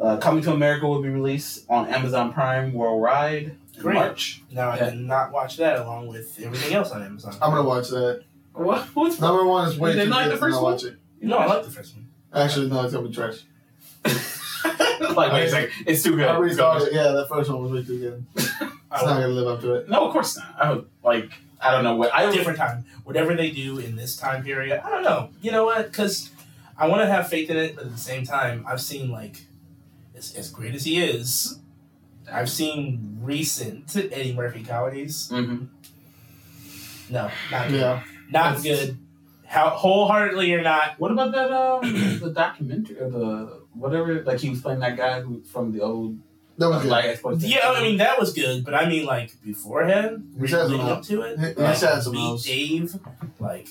C: uh, Coming to America will be released on Amazon Prime worldwide in
B: Great.
C: March.
B: Now I did not watch that along with everything else on Amazon.
D: I'm gonna watch that.
C: What? What's
D: Number one is way
C: You
D: too
C: didn't
D: good.
C: like the
D: to
C: first
D: not
C: one?
D: watch it.
B: no, I like the first one.
D: Actually, no, it's gonna be trash.
C: [LAUGHS] like, wait a second. It's too good.
D: I rethought it. Yeah, that first one was way too good. It's
B: I
D: not gonna live up to it.
C: No, of course not. I would, like, I don't know what. I would,
B: different time. Whatever they do in this time period, I don't know. You know what? Because I want to have faith in it, but at the same time, I've seen like as, as great as he is, I've seen recent Eddie Murphy comedies.
C: Mhm.
B: No, not good.
D: Yeah,
B: Not good. How wholeheartedly or not?
C: What about that? Um, [COUGHS] the documentary or the whatever? Like he was playing that guy who from the old
D: that was good.
C: like exploitation.
B: Yeah, I mean that was good, but I mean like beforehand,
D: He says
B: leading
D: some
B: up to it,
D: He- he
B: like,
D: says some
B: Meet
D: else.
B: Dave, like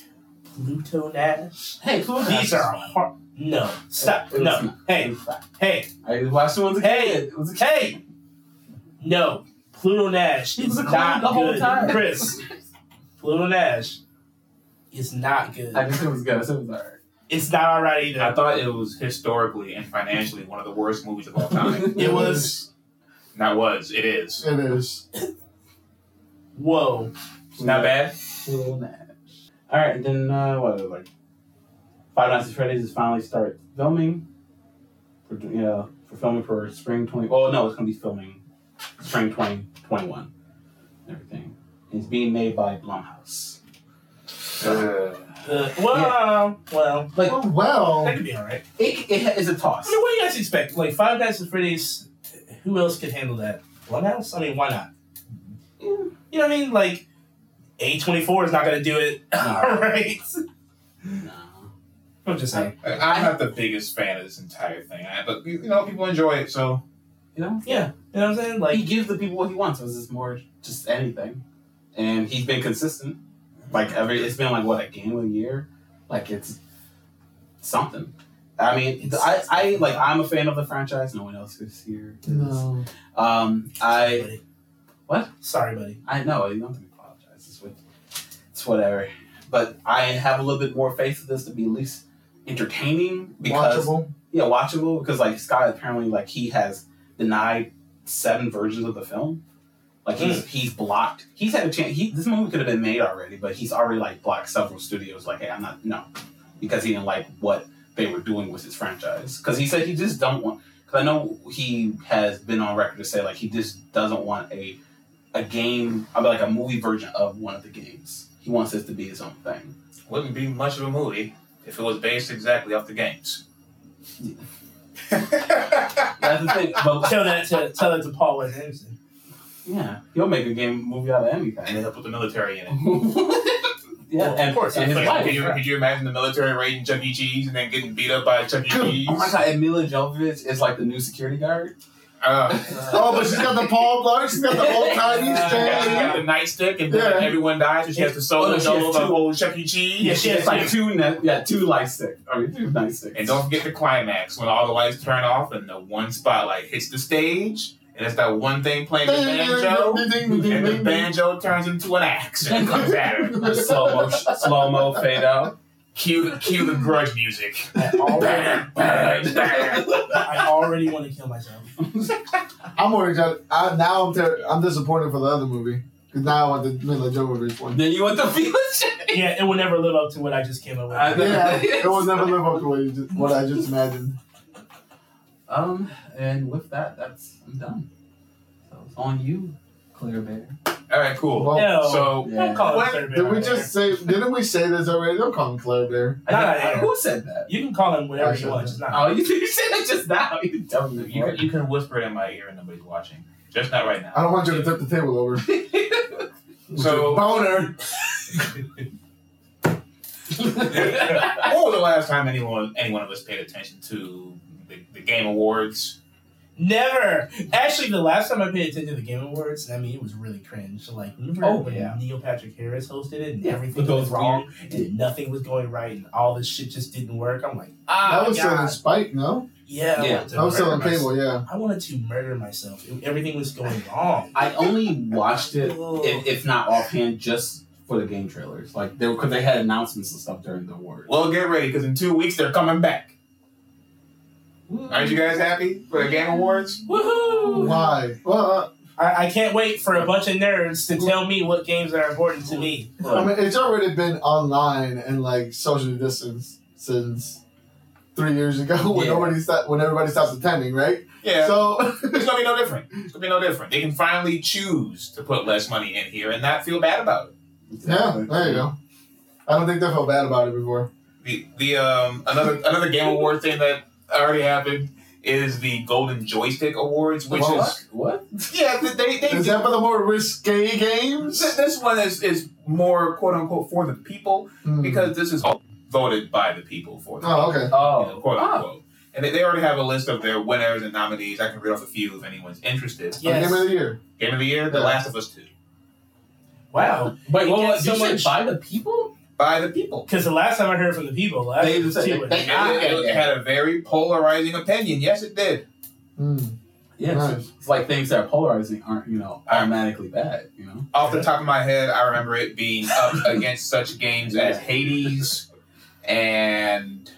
B: Pluto Nash.
C: Hey, Pluto
B: These
C: Nash.
B: are hard. No, stop.
C: It was
B: No.
C: not- it
B: Hey,
C: was not.
B: hey.
C: I watched it once.
B: Hey.
C: it was a kid.
B: Hey, no, Pluto Nash
C: He
B: is
C: was a
B: not
C: clown the whole
B: good.
C: time.
B: Chris, Pluto Nash is not good.
C: I just it was good. I said it was alright.
B: It's not all right either.
A: I thought it was historically and financially one of the worst movies of all [LAUGHS] time.
B: it was
A: Not was, it is.
D: It is.
B: whoa.
A: Not bad.
C: Little Nash. All right, then uh, what? is it, Like Five Nights at Freddy's is finally started filming. For you know, for filming for spring twenty. Oh no, it's gonna be filming spring twenty twenty one. Everything. And it's being made by Blumhouse.
A: Ugh.
B: Uh, well, well,
C: Like
D: Oh
B: that
D: well.
B: could be all right.
C: it, it is a toss.
B: I mean, what do you guys expect? Like Five Nights at Freddy's, who else could handle that? One else? I mean, why not? You know what I mean? Like, A twenty four is not going to do it. [LAUGHS] All right.
C: No.
B: I'm just saying.
A: Like, I'm not the biggest fan of this entire thing, I- but you you know, people enjoy it, so
C: You know,
B: Yeah, you know what I'm saying?
C: like he
B: Like,
C: gives the people what he wants. It was just more just anything, and he's been consistent. Like every, it's been like what a game a year. Like it's something. I mean, I, I like I'm a fan of the franchise. No one else is here. is.
D: No.
C: Um, I
B: buddy.
C: What?
B: Sorry, buddy.
C: I know you don't have to apologize. It's what, it's whatever. But I have a little bit more faith in this to be at least entertaining because
D: Watchable.
C: yeah, watchable because like Scott apparently like he has denied seven versions of the film. Like he's he's blocked. He's had a chance. He, this movie could have been made already, but he's already like blocked several studios. Like, hey, I'm not no, because he didn't like what they were doing with his franchise. Because he said he just don't want. Because I know he has been on record to say like he just doesn't want a a game. I mean, like a movie version of one of the games. He wants this to be his own thing.
A: wouldn't be much of a movie if it was based exactly off the [LAUGHS] games.
C: That's the thing. But
B: Tell that to tell that to Paul Wes Anderson.
C: yeah, he'll make a game movie out of anything.
A: and end up with the military
C: [LAUGHS]
A: in it.
C: yeah,
B: Well,
C: and,
B: of course,
C: and his
A: Like,
C: wife.
A: could, you, could you imagine the military raiding Chuck E. Cheese and then getting beat up by Chuck E. Cheese?
C: Oh my god, and Mila Jovovich is like the new security [LAUGHS] guard.
A: Uh,
D: Oh, but
C: [LAUGHS]
D: she's got the Paul Blart. She's got the old Chinese
C: Yeah.
A: got,
D: thing.
A: got the nightstick, and then
D: Yeah.
A: everyone dies, and she has to
C: Oh,
A: solo
C: no, she has
A: solo the
C: two.
A: whole Chuck E. Cheese.
B: Yeah, she has
C: It's like two, ne- yeah, two light sticks. I mean, two night sticks.
A: And don't
C: [LAUGHS]
A: forget the climax when all the lights turn off and the one spotlight hits the stage, and it's that one thing playing the banjo, and the [LAUGHS] banjo turns into an axe and comes at her.
C: slow mo, slow mo fade out.
A: [LAUGHS] Cue, cue the grudge music.
B: I already,
A: Bam,
C: [LAUGHS]
A: bam, bam.
B: I already want to kill myself.
D: I'm worried. that- I, now I'm ter- I'm disappointed for the other movie because now I want the Mila Jovovich one.
C: Then you want the Mila?
B: Yeah, it will never live up to what I just came up with.
C: I know.
D: Yeah, it will never live up to what, you just, what I just imagined.
C: Um, and with that, that's I'm done. So it's on you, Clear Bear.
A: All right, cool.
D: Well,
B: no,
D: Oh,
A: So
B: don't call
D: What?
B: him Third Bear.
D: did we
B: out
D: just say? Didn't we say this already? Don't call him Claire Bear.
C: I
B: Not
C: think-
B: here.
C: who said that?
B: there. You can call him whatever
D: I
B: you want.
D: should.
B: Just not.
C: Oh, you, [LAUGHS] you said it just now. You dumb
A: you can, you can whisper it in my ear and nobody's watching. Just not right
D: I
A: now.
D: don't want you to tip the table over.
A: [LAUGHS]
D: [LAUGHS]
A: So-
D: boner.
C: [LAUGHS]
A: what was the last time anyone, any one of us paid attention to the, the Game Awards.
B: Never. Actually, the last time I paid attention to the Game Awards, I mean, it was really cringe. So, like, remember
C: Oh,
B: when
C: yeah.
B: Neil Patrick Harris hosted it and
C: Yeah,
B: everything
C: with those
B: was wrong and nothing was going right and all this shit just didn't work? I'm like, ah,
A: Oh,
D: that was
B: God.
D: still in Spike, no?
B: yeah, I
C: Yeah.
B: wanted to
D: That was still in
B: murder myself.
D: Cable, yeah.
B: I wanted to murder myself. It- everything was going wrong.
C: I only watched it, if, if not offhand, just for the game trailers. Like, they because they had announcements and stuff during the awards.
A: Well, get ready because in two weeks they're coming back. Aren't you guys happy for the Game Awards?
B: Woohoo!
D: Why? Well, uh,
B: I, I can't wait for a bunch of nerds to tell me what games are important to me.
D: I mean, it's already been online and like social distance since three years ago [LAUGHS] when
C: Yeah.
D: nobody sta- when everybody stops attending, right?
A: Yeah.
D: So [LAUGHS]
A: it's gonna be no different. It's gonna be no different. They can finally choose to put less money in here and not feel bad about it.
D: yeah, there you go. I don't think they felt bad about it before.
A: The the um another another Game Award thing that already happened is the Golden Joystick Awards, which
D: What?
A: is
C: What?
A: yeah they they,
D: Is that for the more risque
A: this
D: games?
A: this one is is more quote unquote for the people
D: Hmm.
A: because this is all voted by the people for the
D: oh, okay.
A: you know,
C: Oh.
A: quote unquote. And they, they already have a list of their winners and nominees. I can read off a few if anyone's interested.
B: Yes.
D: Game of the year.
A: Game of the year, The
D: Yeah.
A: Last of Us Two,
B: Wow.
C: Wait,
B: It
C: what
B: gets
C: was you
B: so
C: said
B: much-
C: by the people?
A: by the people.
B: Because the last time I heard from the people, last
C: They
B: was
C: said-
B: two.
C: they-
A: It, it- it had a very polarizing opinion. Yes, it did.
D: Hmm. [LAUGHS]
C: Yeah.
D: Nice.
C: It's like things that are polarizing aren't, you know, automatically bad, you know?
A: Off the top of my head, I remember it being up against such games as Hades and.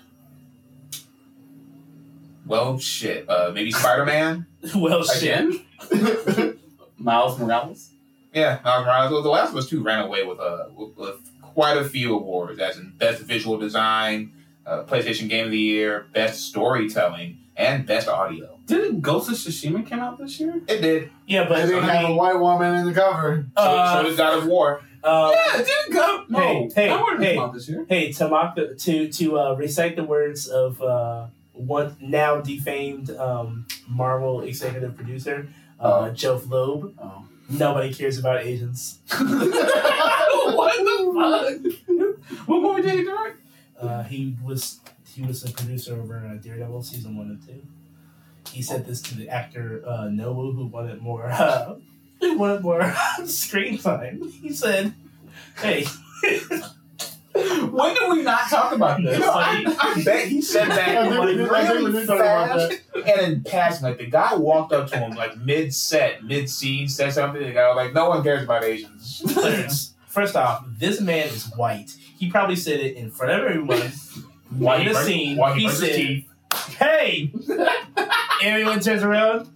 A: Well, shit. Uh, maybe Spider Man.
B: [LAUGHS] well, shit.
C: Again? Miles Morales?
A: Yeah, Miles Morales. Well, The Last of Us Two ran away with uh, with, with quite a few awards, as in best visual design, uh, PlayStation Game of the Year, best storytelling, and best audio.
C: Didn't Ghost of Tsushima come out this year?
A: It did.
B: Yeah, but
D: They didn't have
B: I
D: a
B: mean,
D: white woman in the cover.
A: So,
B: uh,
A: so did God of War.
B: uh,
C: yeah, it didn't go. No,
B: Hey, hey,
C: that wouldn't
B: hey.
C: come out this year.
B: Hey, to mock the, to to uh, recite the words of uh, one now defamed um, Marvel executive producer uh, Jeff Loeb.
C: Oh.
B: Nobody cares about Asians.
C: [LAUGHS] what the [LAUGHS] fuck? What movie did he direct?
B: Uh, he was he was a producer over uh, Daredevil season one and two. He said this to the actor uh, Nobu, who wanted more uh, who wanted more [LAUGHS] screen time. He said, "Hey,
C: When did we not talk about
B: You
C: this?
A: You know, I,
B: funny.
A: I bet he said that
D: I think we
A: like,
D: did- I think we
A: really
D: did talk about
A: fast and in passing. Like the guy walked up to him like mid set, mid scene, said something. The guy was like, "No one cares about Asians."
B: Clarence, first off, this man is white. He probably said it in front of everyone."
A: While he
B: the
A: brushed-
B: scene,
A: while
B: he
A: brushed his
B: said-
A: teeth.
B: hey! Everyone turns around.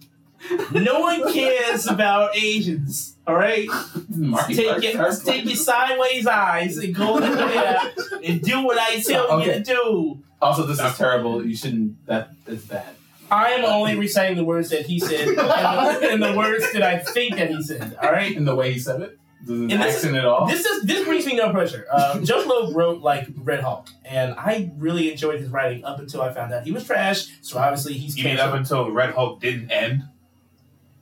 B: No one cares about Asians, all right?
C: Marty
B: take
C: Marty
B: your
C: Marty.
B: take your sideways eyes and go over there and do what I tell you to do.
C: Also, this is terrible. You shouldn't. That is bad.
B: I am only reciting the words that he said and the, and the words that I think that he said. All right.
C: In the way he said it, doesn't
B: And this
C: accent at all.
B: This is this brings me no pressure. Um, Joe Loeb wrote like Red Hulk, and I really enjoyed his writing up until I found out he was trash. So obviously he's
A: You mean up
B: canceled.
A: until Red Hulk didn't end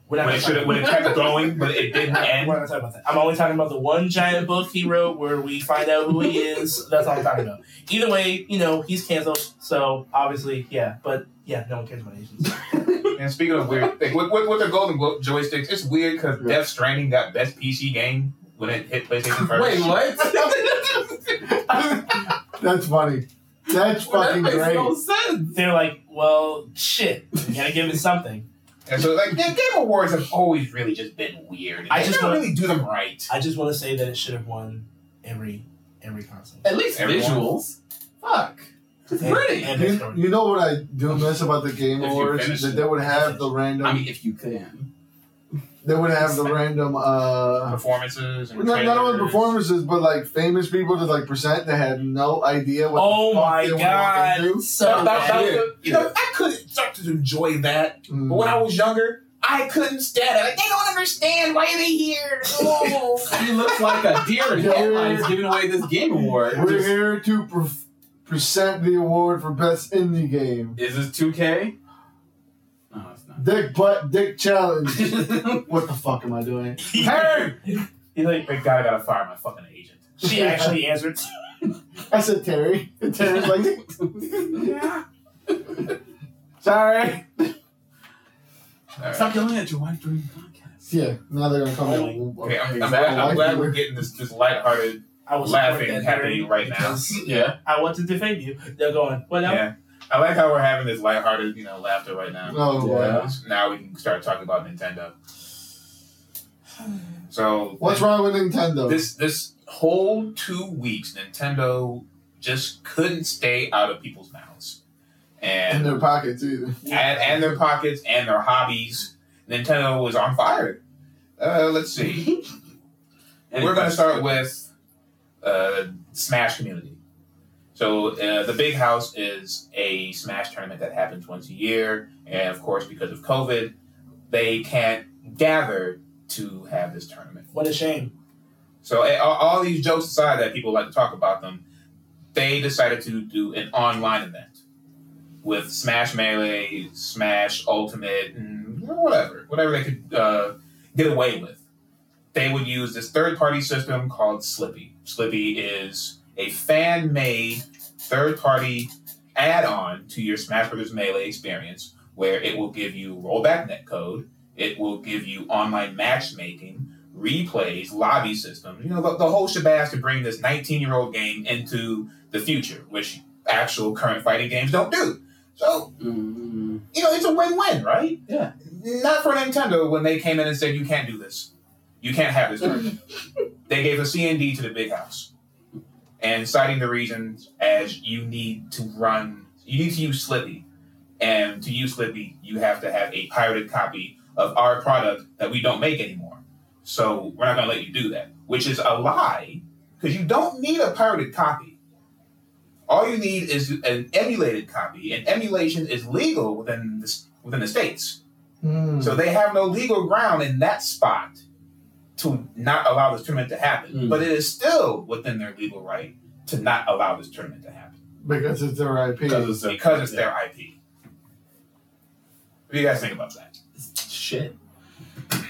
B: We're not
A: when it
B: gonna talk
A: should
B: [LAUGHS]
A: have when it kept going, but it didn't end.
B: We're not talking about that. I'm only talking about the one giant book he wrote where we find out who he is. That's all I'm talking about. Either way, you know, he's canceled. So obviously, yeah. But yeah, no one cares about Asians.
A: And speaking of weird, like with, with, with the Golden Globe joysticks, it's weird because
D: Yeah.
A: Death Stranding got best PC game when it hit PlayStation first.
C: [LAUGHS] Wait, what?
D: That's funny. That's
C: that
D: fucking
C: makes
D: great.
C: no sense.
B: They're like, well, shit. You gotta give it something.
A: And so like yeah, Game Awards have always really just been weird.
B: I
A: They
B: just
A: don't
B: wanna-
A: really do them right.
B: I just want to say that it should have won every every console.
C: At least
A: Everyone.
C: visuals. Fuck. It's
B: And-
C: pretty.
B: and it's
D: You,
B: story.
D: you know what I do miss about the Game
A: If you finish
D: Awards? That
A: it.
D: they would have the random.
C: I mean, if you can.
D: they would have the random. uh
A: Performances and
D: not, not only
A: trailers.
D: performances, but like famous people to like present that had no idea what.
B: Oh
D: the fuck
B: my
D: they were walking
B: god!
D: through.
B: So
A: That- that- that
B: bad.
A: was the- you know, I couldn't start to enjoy that. But when
D: Mm.
A: I was younger, I couldn't stand it. Like, they don't understand why they [LAUGHS] here. Oh.
C: He looks like a deer in
D: Yeah.
C: headlights giving away this game award.
D: We're
C: Just-
D: here to pre- present the award for best indie game.
C: Is this 2K? No, it's
D: [LAUGHS]
C: not.
D: Dick butt, dick challenge.
A: [LAUGHS]
D: what the fuck am I doing?
A: hey!
B: He's like,
A: Big guy gotta fire my fucking agent.
B: she actually answered.
D: I said Terry. And Terry's like,
C: Sorry.
E: All right.
C: Stop yelling at your wife during the podcast.
D: Yeah, now they're gonna call me.
A: Okay, I'm, I'm, glad, I'm glad we're getting this this lighthearted.
B: I was
A: Laughing happening right now.
C: Yeah.
B: I want to defame you. They're going, well, no.
A: Yeah, I like how we're having this lighthearted, you know, laughter right now.
D: Oh, boy.
C: Yeah.
A: Now we can start talking about Nintendo. So
D: What's wrong with Nintendo?
A: This this whole two weeks, Nintendo just couldn't stay out of people's mouths,
D: in
A: and
D: their pockets either.
A: and, and their pockets and their hobbies. Nintendo was on fire. Uh, let's see. [LAUGHS] We're going to start with uh, Smash Community. So uh, the Big House is a Smash tournament that happens once a year, and of course, because of COVID, they can't gather to have this tournament.
B: What a shame.
A: So eh, all, all these jokes aside that people like to talk about them, they decided to do an online event with Smash Melee, Smash Ultimate, and whatever, whatever they could uh, get away with. They would use this third-party system called Slippy. Slippy is a fan-made third-party add-on to your Smash Brothers Melee experience, where it will give you rollback netcode, it will give you online matchmaking, replays, lobby system, you know, the, the whole shabazz to bring this 19 year old game into the future, which actual current fighting games don't do. So,
C: Mm,
A: you know, it's a win win, right?
C: Yeah.
A: Not for Nintendo when they came in and said, you can't do this. You can't have this tournament. they gave a CND to the big house and citing the reasons as you need to run, you need to use Slippy. And to use Slippy, you have to have a pirated copy of our product that we don't make anymore. So we're not going to let you do that, which is a lie because you don't need a pirated copy. All you need is an emulated copy, and emulation is legal within the, s- within the states.
D: Hmm.
A: So they have no legal ground in that spot to not allow this tournament to happen.
C: Mm.
A: But it is still within their legal right to not allow this tournament to happen
D: because it's their IP.
C: Because it's, their-
A: because it's
C: yeah.
A: their IP. What do you guys think about that?
C: shit.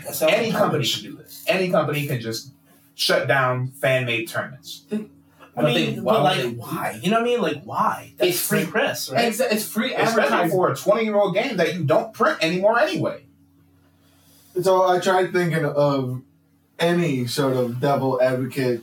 B: That sounds
A: Any
B: like
A: company
B: garbage.
A: can do this. Any company can just shut down fan-made tournaments.
B: I
C: But
B: mean,
C: they-
B: but
C: why
B: like,
C: would they-
B: why? You know what I mean? Like, why? That's
C: It's
B: free
C: free-
B: press, right?
C: Exa- it's free
A: especially
C: advertising.
A: for a 20 year old game that you don't print anymore anyway.
D: So I tried thinking of any sort of devil advocate,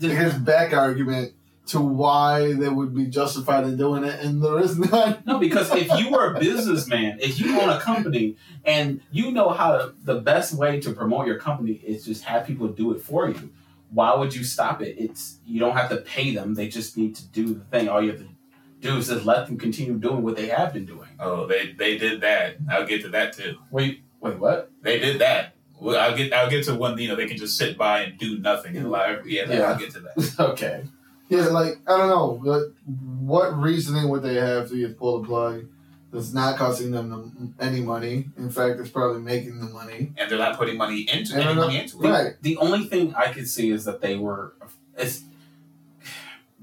D: his back argument to why they would be justified in doing it, and there is [LAUGHS] none.
C: No, because if you are a businessman, if you own a company, and you know how to, the best way to promote your company is just have people do it for you, why would you stop it? It's you don't have to pay them; they just need to do the thing. All you have to do is just let them continue doing what they have been doing.
A: Oh, they they did that. I'll get to that too.
C: Wait, wait, what? [LAUGHS]
A: They did that. Well, I'll get I'll get to one. You know, they can just sit by and do nothing and lie. Yeah,
C: Yeah.
A: I'll get to that.
C: okay,
D: Yeah, like I don't know, but what reasoning would they have to get pull the plug? That's not costing them the, any money. In fact, it's probably making them money.
A: And they're not putting money into
D: And uh,
A: any
D: they're not-
A: money into it.
D: Right.
C: the only thing I could see is that they were is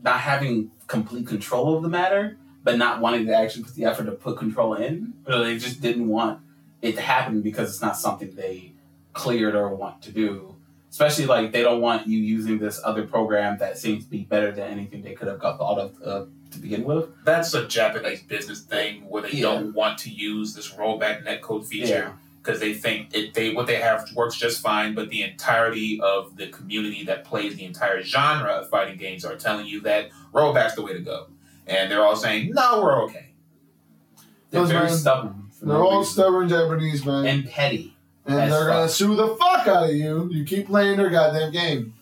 C: not having complete control of the matter, but not wanting to actually put the effort to put control in, or they just didn't want it to happen because it's not something they cleared or want to do. Especially like they don't want you using this other program that seems to be better than anything they could have got out of uh, to begin with.
A: That's a Japanese business thing where they
C: Yeah.
A: don't want to use this rollback netcode feature because they think it, they what they have works just fine. But the entirety of the community that plays the entire genre of fighting games are telling you that rollback's the way to go, and they're all saying no, we're okay.
C: they're
D: Those
C: very
D: men-
C: stubborn. for
D: They're
C: no
D: all
C: reason.
D: stubborn Japanese man, and,
C: and petty. as
D: they're gonna
C: fuck.
D: sue the fuck out of you. You keep playing their goddamn game.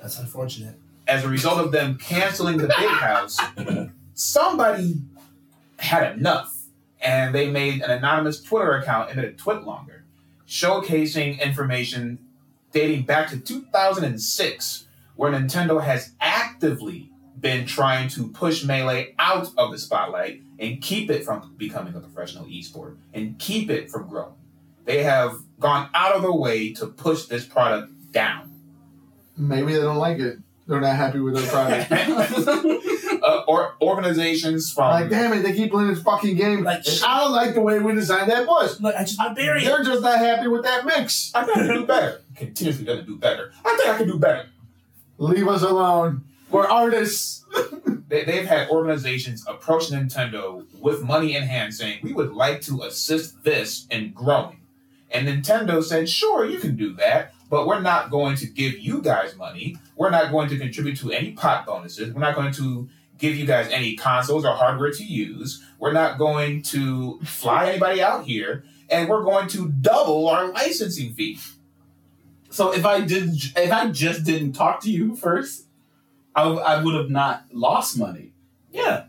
B: That's unfortunate.
A: as a result of them canceling the big house, somebody had enough and they made an anonymous Twitter account and made it twit longer, showcasing information dating back to 2006, where Nintendo has actively been trying to push Melee out of the spotlight and keep it from becoming a professional esport and keep it from growing. They have gone out of their way to push this product down.
D: Maybe they don't like it. They're not happy with their product.
C: [LAUGHS]
D: [LAUGHS]
A: uh, or organizations
C: Um,
A: from
D: like, damn it, they keep playing this fucking game.
B: Like,
D: and I don't like the way we designed that push.
B: Look, I just want Barry.
D: They're just not happy with that mix.
A: I gotta do better. Continuously gotta do better. I think I can do better.
D: Leave us alone. We're artists.
A: They, they've had organizations approach Nintendo with money in hand saying, we would like to assist this in growing. And Nintendo said, sure, you can do that, but we're not going to give you guys money. We're not going to contribute to any pot bonuses. We're not going to give you guys any consoles or hardware to use. We're not going to fly anybody out here. And we're going to double our licensing fee.
C: So if I did, if I just didn't talk to you first, I, w- I would have not lost money.
B: Yeah.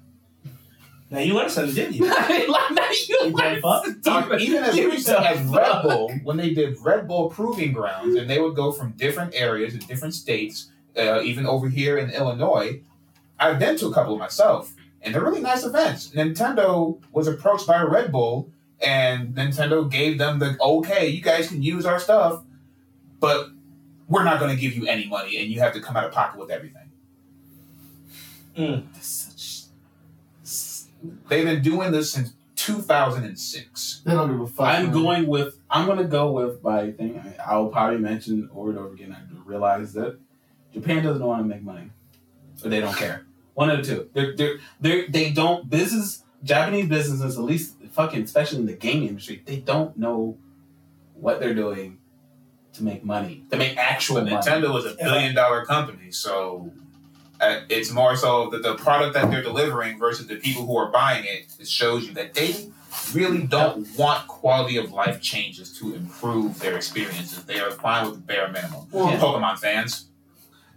B: Now you learned something, didn't [LAUGHS] you?
C: [LAUGHS] Like, now you
B: You dumb fuck.
C: like talk about-
A: even as
C: You
A: recent
C: dumb
A: as Red
C: fuck.
A: Bull, when they did Red Bull Proving Grounds, and they would go from different areas and different states, uh, even over here in Illinois. I've been to a couple myself, and they're really nice events. Nintendo was approached by Red Bull, and Nintendo gave them the okay, you guys can use our stuff, but we're not going to give you any money, and you have to come out of pocket with everything.
C: That's such- s-
A: They've been doing this since 2006.
D: They don't give a fuck.
C: I'm
D: man.
C: going with. I'm gonna go with my thing. I- I'll probably mention over and over again. I realize that Japan doesn't want to make money, or they don't care. One of the two. They're they're they they don't business Japanese businesses at least fucking especially in the game industry they don't know what they're doing to make money to make actual money.
A: Nintendo is a billion dollar company, so uh, it's more so that the product that they're delivering versus the people who are buying it. It shows you that they really don't want quality of life changes to improve their experiences. They are fine with the bare minimum.
D: Well,
C: Yeah.
A: Pokemon fans,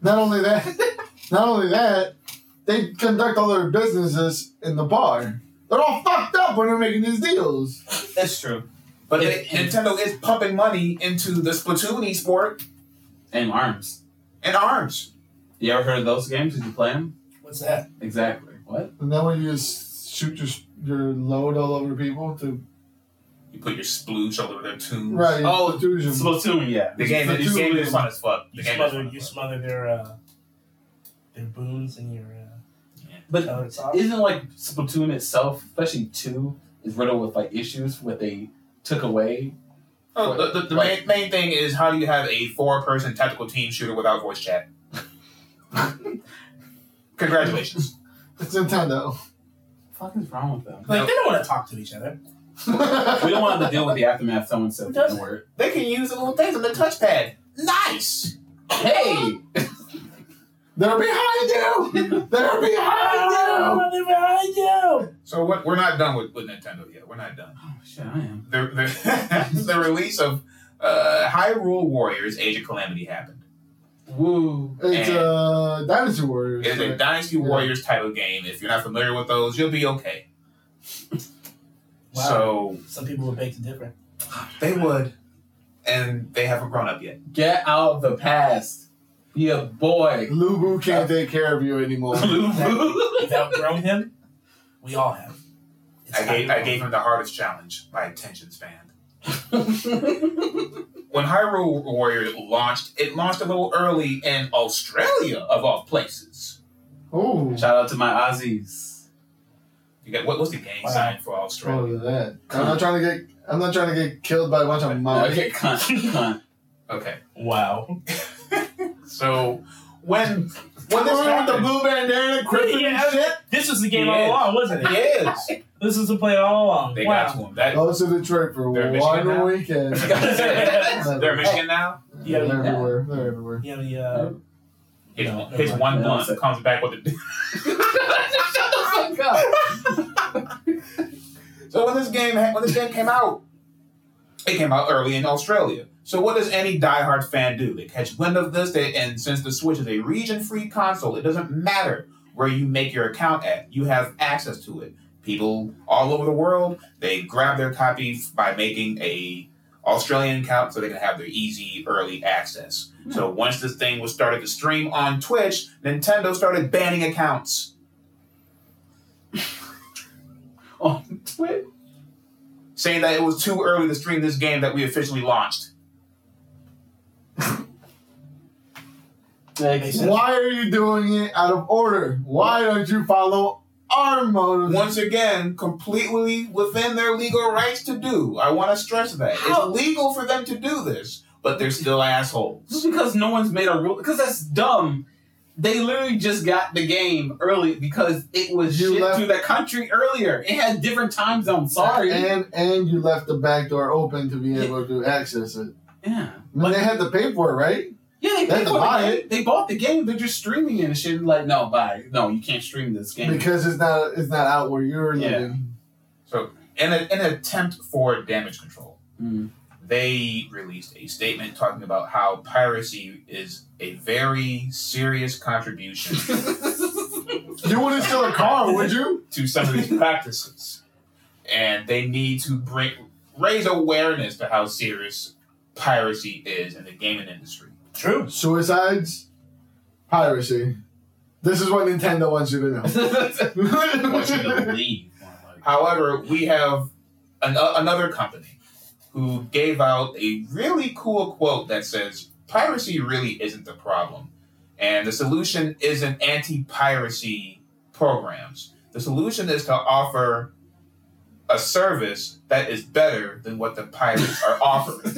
D: Not only that, [LAUGHS] not only that, they conduct all their businesses in the bar. They're all fucked up when they're making these deals.
B: That's true.
A: but
C: Yeah,
A: they,
C: and-
A: Nintendo is pumping money into the Splatoon sport
C: and arms.
A: and arms.
C: You ever heard of those games? Did you play them?
B: What's that?
C: Exactly. What?
D: And then when you just shoot your your load all over people to
A: You put your sploosh all over their tombs.
D: right
C: Oh,
D: intrusion.
C: Splatoon. Yeah.
A: The game, the
D: Splatoon.
A: game is fun as fuck. The
B: You
A: game
B: smother, you
A: is fun.
B: smother their uh, their boons and your uh,
C: But
B: colored socks.
C: isn't like Splatoon itself, especially two, is riddled with like issues what they took away.
A: Oh, the the, the main, main thing is how do you have a four person tactical team shooter without voice [LAUGHS] chat? Congratulations.
D: It's Nintendo.
C: fuck is wrong with them?
B: like they don't want to talk to each other.
C: [LAUGHS] we don't want to deal with the aftermath. Someone said
B: Who
C: the
B: doesn't?
C: word.
A: They can use the little things on the touchpad. Nice.
C: Hey,
D: They're behind
C: [LAUGHS]
D: you. They're behind you.
B: they're behind you.
A: So what, we're not done with, with Nintendo yet. We're not done.
C: oh shit, I am.
A: The, the, [LAUGHS] the release of uh, Hyrule Warriors: Age of Calamity happened.
C: Woo.
D: It's uh, Dynasty Warriors.
A: It's a
D: right?
A: Dynasty
D: Yeah.
A: Warriors title game. If you're not familiar with those, you'll be okay.
B: Wow.
A: So
B: Some people would beg to differ.
A: they would, and they haven't grown up yet.
C: Get out of the past. Be a [LAUGHS] boy.
D: Lubu can't take care of you anymore.
B: You've outgrown him. We all have. It's
A: I gave, I
B: outgrown.
A: gave him the hardest challenge: my attention span. when Hyrule Warrior launched, it launched a little early in Australia, of all places.
D: Oh,
C: Shout out to my Aussies.
A: You got what was the gang
B: Wow.
A: sign for
D: oh,
A: Australia?
D: look at that. I'm not trying to get. I'm not trying to get killed by a bunch of monkeys.
C: Okay, cunt, cunt.
A: Okay,
B: Wow.
A: so when when this
D: What the one with the
A: happened,
D: blue bandana, crippling
B: Yeah.
D: and shit?
B: This was the game
A: Yes.
B: all along, wasn't it?
A: yes,
B: This was the play all along.
A: they
B: wow.
A: got to him. That,
D: Go to Detroit for
A: They're in
D: one
A: Michigan now?
C: [LAUGHS]
D: weekend. Oh,
A: they're in Michigan now.
B: Yeah.
D: They're everywhere. They're everywhere.
B: You know, the, uh,
A: His,
B: No, never
A: his
B: mind.
A: one
C: Yeah,
A: blunt
C: that's it.
A: comes back with a.
C: Shut the fuck up.
A: [LAUGHS] So when this game ha- when this game came out, it came out early in Australia. So what does any diehard fan do? They catch wind of this, they, and since the Switch is a region-free console, it doesn't matter where you make your account at. You have access to it. People all over the world they grab their copies by making a Australian account so they can have their easy early access. So once this thing was started to stream on Twitch, Nintendo started banning accounts.
C: [LAUGHS] On Twitter.
A: saying that it was too early to stream this game that we officially launched.
C: Like,
D: Why are you doing it out of order? Why don't you follow our motive?
A: Once again, completely within their legal rights to do. I want to stress that.
C: How?
A: It's legal for them to do this, but they're still assholes.
C: Just because no one's made a rule, because that's dumb. They literally just got the game early because it was
D: You
C: shipped
D: left-
C: to the country earlier. It had different time zones. Sorry.
D: And and you left the back door open to be able to access it.
C: yeah.
D: I mean, they had to pay for it, right?
C: Yeah, they,
D: They had
C: paid
D: to
C: for the
D: buy
C: game.
D: it.
C: They bought the game. They're just streaming it and shit. Like, no, buy. No, you can't stream this game.
D: Because it's not it's not out where you're
C: Yeah.
D: living.
A: So, in, a, in an attempt for damage control,
D: [LAUGHS]
C: Mm. [LAUGHS]
A: they released a statement talking about how piracy is a very serious contribution
C: [LAUGHS]
D: You wouldn't steal a car, would you?
A: to some of these practices. And they need to bring raise awareness to how serious piracy is in the gaming industry.
B: True.
D: Suicides, piracy. This is what Nintendo wants you to know.
C: [LAUGHS] Want you to leave. Like,
A: However, we have an, uh, another company who gave out a really cool quote that says piracy really isn't the problem, and the solution isn't anti piracy programs. The solution is to offer a service that is better than what the pirates
C: [LAUGHS]
A: are offering.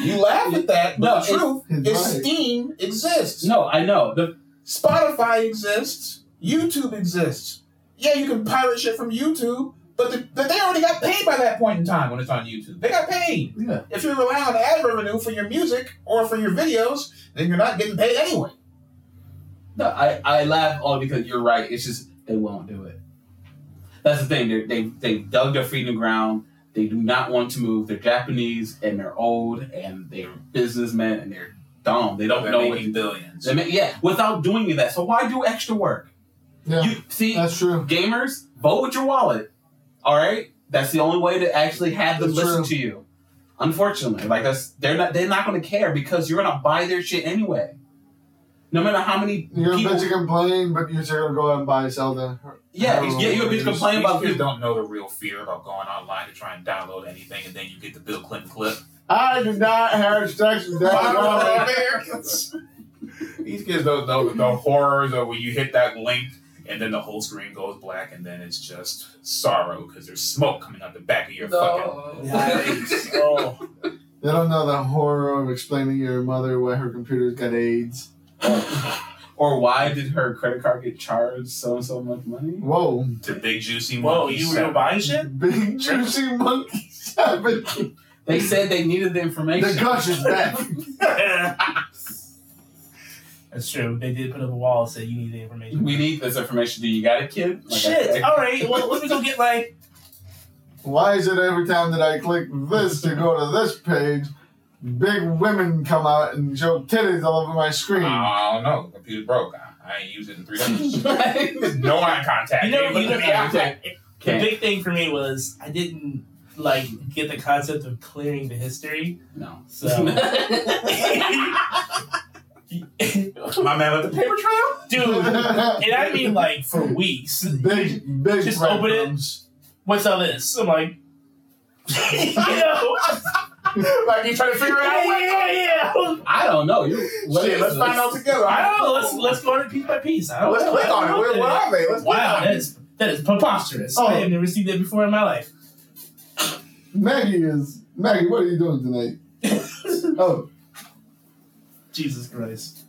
A: you laugh at that,
C: No,
A: but
C: it's-
A: the truth is
D: Right.
A: Steam exists.
C: no, I know. The,
A: Spotify exists. YouTube exists. Yeah, you can pirate shit from YouTube, but, the, but they already got paid by that point in time when it's on YouTube. They got paid.
D: Yeah.
A: If you're relying on ad revenue for your music or for your videos, then you're not getting paid anyway.
C: no, I, I laugh all because you're right. It's just they won't do it. That's the thing. They're, they they dug their feet in the ground. They do not want to move. They're Japanese and they're old and they're businessmen and they're dumb. They don't
A: They're
C: know what
A: making
C: to do.
A: billions.
C: They ma- yeah, without doing any of that. So why do extra work?
D: Yeah,
C: You see,
D: that's true.
C: gamers, vote with your wallet. All right, that's the only way to actually have them
D: That's
C: listen to
D: true.
C: you. Unfortunately, like us, they're not they're not going to care because you're going to buy their shit anyway. No matter how many
D: You're
C: people,
D: a bitch to complain, but you're still gonna go out and buy Zelda.
C: yeah,
D: Oh,
C: yeah, you're a bitch
D: these-
C: complain
A: These
C: about
A: kids
C: people.
A: don't know the real fear about going online to try and download anything, and then you get the Bill Clinton clip.
D: I do not have sex with
C: [LAUGHS]
D: that woman.
A: Americans. These kids don't know the horrors of when you hit that link and then the whole screen goes black and then it's just sorrow because there's smoke coming out the back of your
B: Yikes. oh,
D: They don't know the horror of explaining to your mother why her computer's got AIDS.
C: Or why did her credit card get charged so and so much money?
D: Whoa.
A: fucking to big juicy
B: whoa!
A: monkey.
B: You were
A: salad.
B: buying shit?
D: Big juicy monkey [LAUGHS] savage.
C: They said they needed the information.
D: The gush is back.
A: [LAUGHS]
B: That's true. They did put up a wall and said you need the information.
C: we need this information. Do you got it, kid? Like, I-
B: Shit.
C: I-
B: All
C: [LAUGHS]
B: right. Well, let me go get like.
D: Why is it every time that I click this to go to this page, big women come out and show titties all over my screen?
A: I don't know. Computer broke. I, I ain't used it in three days.
C: [LAUGHS] Like-
A: no eye contact.
B: You know,
A: Ain't
B: you know,
A: looking at me.
B: the
C: Can't.
B: big thing for me was I didn't like get the concept of clearing the history.
C: No.
B: So
C: [LAUGHS]
B: [LAUGHS] dude,
A: My man with the paper trail.
B: and I mean like for weeks.
D: big, big
B: Just open it.
D: breadcrumbs. [LAUGHS]
B: What's all this? I'm like, [LAUGHS] you know,
A: like you trying to figure
B: yeah,
A: out. what-
B: yeah, oh, [LAUGHS] yeah.
C: I don't know. You. what
A: Shit,
C: is
A: let's
C: this?
A: find out together.
B: I don't know. Let's let's go on it piece by piece. I don't
A: Let's
B: know.
A: click
B: I don't
A: on it.
B: know
A: What, what
B: that
A: are they? Let's click
B: Wow,
A: on
B: that
A: it.
B: is that is preposterous.
D: Oh.
B: I have never seen that before in my life.
D: Maggie is Maggie. What are you doing
B: [LAUGHS]
D: tonight? oh,
B: Jesus Christ.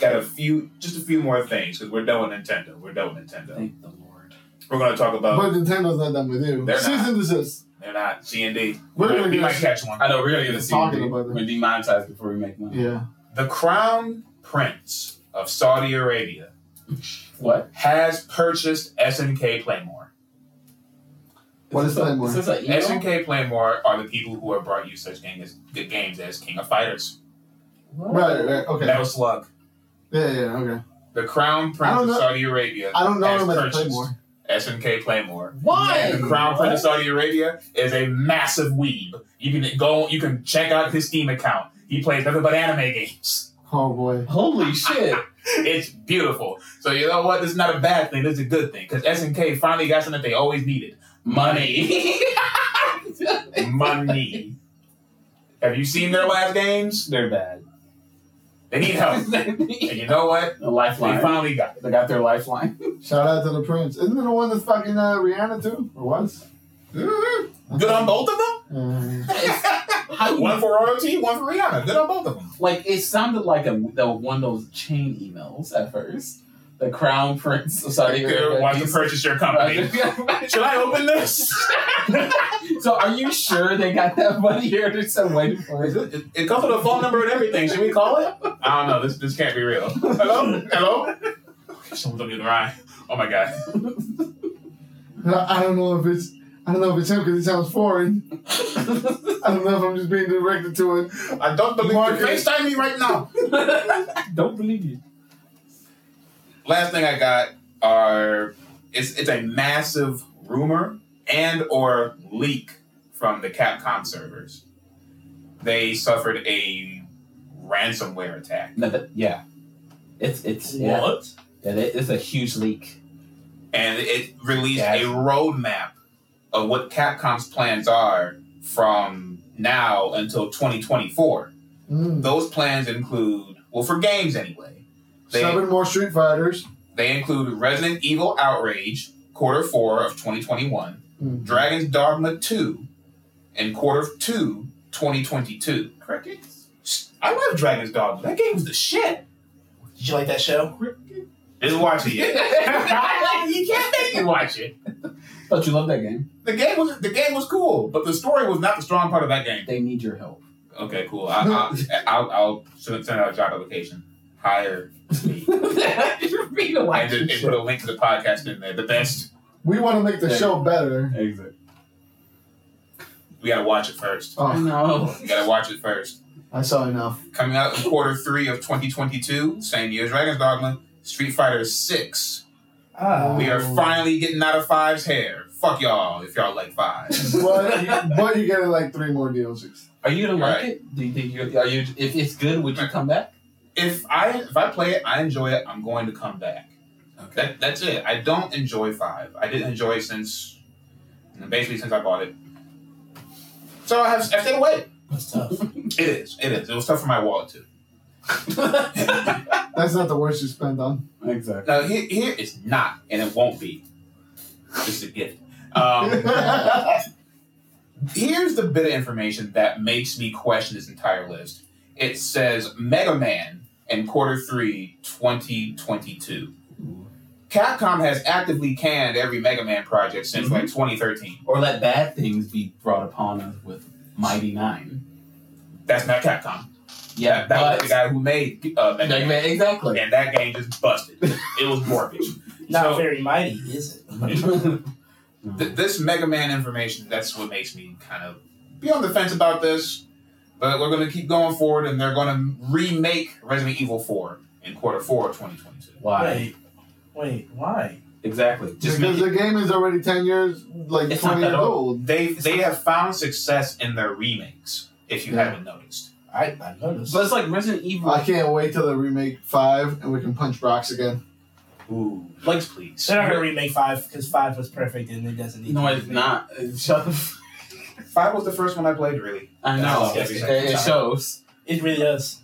A: Got a few, just a few more things because we're done with Nintendo. We're done with Nintendo.
C: Thank the Lord.
A: We're gonna talk about
D: but Nintendo's not done with you.
A: They're
D: Cease
A: not.
D: and desist.
A: They're not C and D.
D: We're gonna
A: we
D: get
A: might
D: a-
A: catch one.
C: I know we're gonna get a CD.
D: Talking about it.
C: We're demonetized before we make money.
D: Yeah.
A: The Crown Prince of Saudi Arabia
C: What?
A: has purchased SNK Playmore.
D: What is
C: this a-
D: Playmore?
C: Is this an email?
A: SNK Playmore are the people who have brought you such game as, good games as King of Fighters,
D: Right. Right. Okay.
A: Metal Slug.
D: yeah. Yeah. Okay.
A: The Crown
D: I
A: Prince
D: don't
A: of
D: know-
A: Saudi Arabia
D: I don't know
A: has
D: him as a
A: purchased
D: Playmore.
A: SNK Playmore.
C: Why?
A: And the Crown Prince of Saudi Arabia is a massive weeb. You can go. You can check out his Steam account. He plays nothing but anime games.
D: Oh boy.
C: Holy shit!
A: It's beautiful. So you know what? This is not a bad thing. This is a good thing because SNK finally got something they always needed:
C: Money. [LAUGHS]
A: [LAUGHS] money. Have you seen their last games?
C: They're bad.
A: [LAUGHS] They need help, and you know what?
C: a
A: They
C: lifeline.
A: finally got it.
C: They got their lifeline.
D: Shout out to the prince. Isn't it the one that's fucking uh, Rihanna too, or was?
A: Mm-hmm. Good on both of them.
C: [LAUGHS]
D: Uh,
C: How
A: One for royalty, one for Rihanna. Good on both of them.
C: like it sounded like a the one of those chain emails at first. The crown prince of Saudi Arabia.
A: Want to purchase your company? [LAUGHS]
C: [LAUGHS]
A: Should I open this?
C: so are you sure they got that money or they're still waiting for it?
A: It, it comes with a phone number and everything. Should we call it? I don't know. This this can't be real. [LAUGHS] Hello, hello. Someone's on the other line. Oh my god.
D: I I don't know if it's I don't know if it's him because he sounds
C: [LAUGHS]
D: foreign. I don't know if I'm just being directed to it.
A: I don't believe
D: Mark,
A: you. FaceTime me right now.
C: [LAUGHS] Don't believe you.
A: Last thing I got are it's it's a massive rumor and or leak from the Capcom servers. They suffered a ransomware attack.
C: No, but yeah, it's it's yeah,
B: What?
C: yeah it- it's a huge leak.
A: and it released
C: Yes.
A: a roadmap of what Capcom's plans are from now until 2024.
D: Mm.
A: Those plans include, well, for games anyway, they,
D: Seven more Street Fighters.
A: they include Resident Evil Outrage, quarter four of 2021,
D: Mm.
A: Dragon's Dogma 2, and quarter two, 2022. Crickets? I love Dragon's Dogma. That game was the shit.
B: Did you like that show? [LAUGHS]
A: Just watch it. [LAUGHS] you can't make me watch it.
C: But you love that game.
A: The game was the game was cool, but the story was not the strong part of that game.
C: They need your help.
A: Okay, cool. I, [LAUGHS] I, I'll, I'll send send out a job application. Hire [LAUGHS] me.
C: You're being a
A: and, and put a link to the podcast in there. The best.
D: We want to make the
C: Yeah.
D: show better.
C: Exit.
A: We gotta watch it first.
D: Oh,
C: No.
A: We gotta watch it first.
D: I saw enough.
A: Coming out in quarter three of 2022, same year as Dragon's Dogma, Street Fighter Six.
B: Ah.
A: We are finally getting out of Five's hair. Fuck y'all if y'all like Five.
D: but, but you get like three more DLCs.
C: Are you gonna like
A: Right.
C: it? Do you think you are you? If it's good, would you come back?
A: if I if I play it, I enjoy it. I'm going to come back. That, that's it. I don't enjoy five. I didn't enjoy it since basically since I bought it. So I have I stayed away.
B: That's tough.
A: [LAUGHS] It is. It is. It was tough for my wallet too.
B: [LAUGHS]
D: That's not the worst you spend on. [LAUGHS]
C: Exactly.
A: Now here, here it's not, and it won't be. This is a gift. Um,
C: [LAUGHS]
A: here's the bit of information that makes me question this entire list. It says Mega Man in quarter three, 2022. Capcom has actively canned every Mega Man project since like
C: Mm-hmm.
A: 2013.
C: Or let bad things be brought upon us with Mighty Nine.
A: That's not Capcom.
C: Yeah,
A: that, that was
C: but
A: the guy who made uh, Mega
C: Like,
A: Man.
C: man, exactly.
A: And that game just busted. it was
C: [LAUGHS]
A: garbage.
B: Not
A: So-
B: very mighty, is it?
A: Th- this Mega Man information, that's what makes me kind of be on the fence about this. But we're going to keep going forward, and they're going to remake Resident Evil 4 in quarter four of 2022.
C: Why?
B: Wait, wait, why?
C: Exactly. Just
D: because
C: make
D: the game is already 10 years, like
C: It's not
D: 20
C: that
D: years old.
A: They they have found success in their remakes, if you
D: Yeah.
A: haven't noticed.
B: I, I noticed.
C: but it's like Resident Evil.
D: I can't wait till they remake 5 and we can punch rocks again.
A: Ooh, legs please.
B: They're not gonna remake five because five was perfect and it doesn't need.
C: no,
B: to
C: it's
B: remake.
C: not. Uh, Shut the. F-
A: Five was the first one I played. Really,
C: I know.
B: That's
C: It,
A: disgusting.
C: it shows.
B: It really does.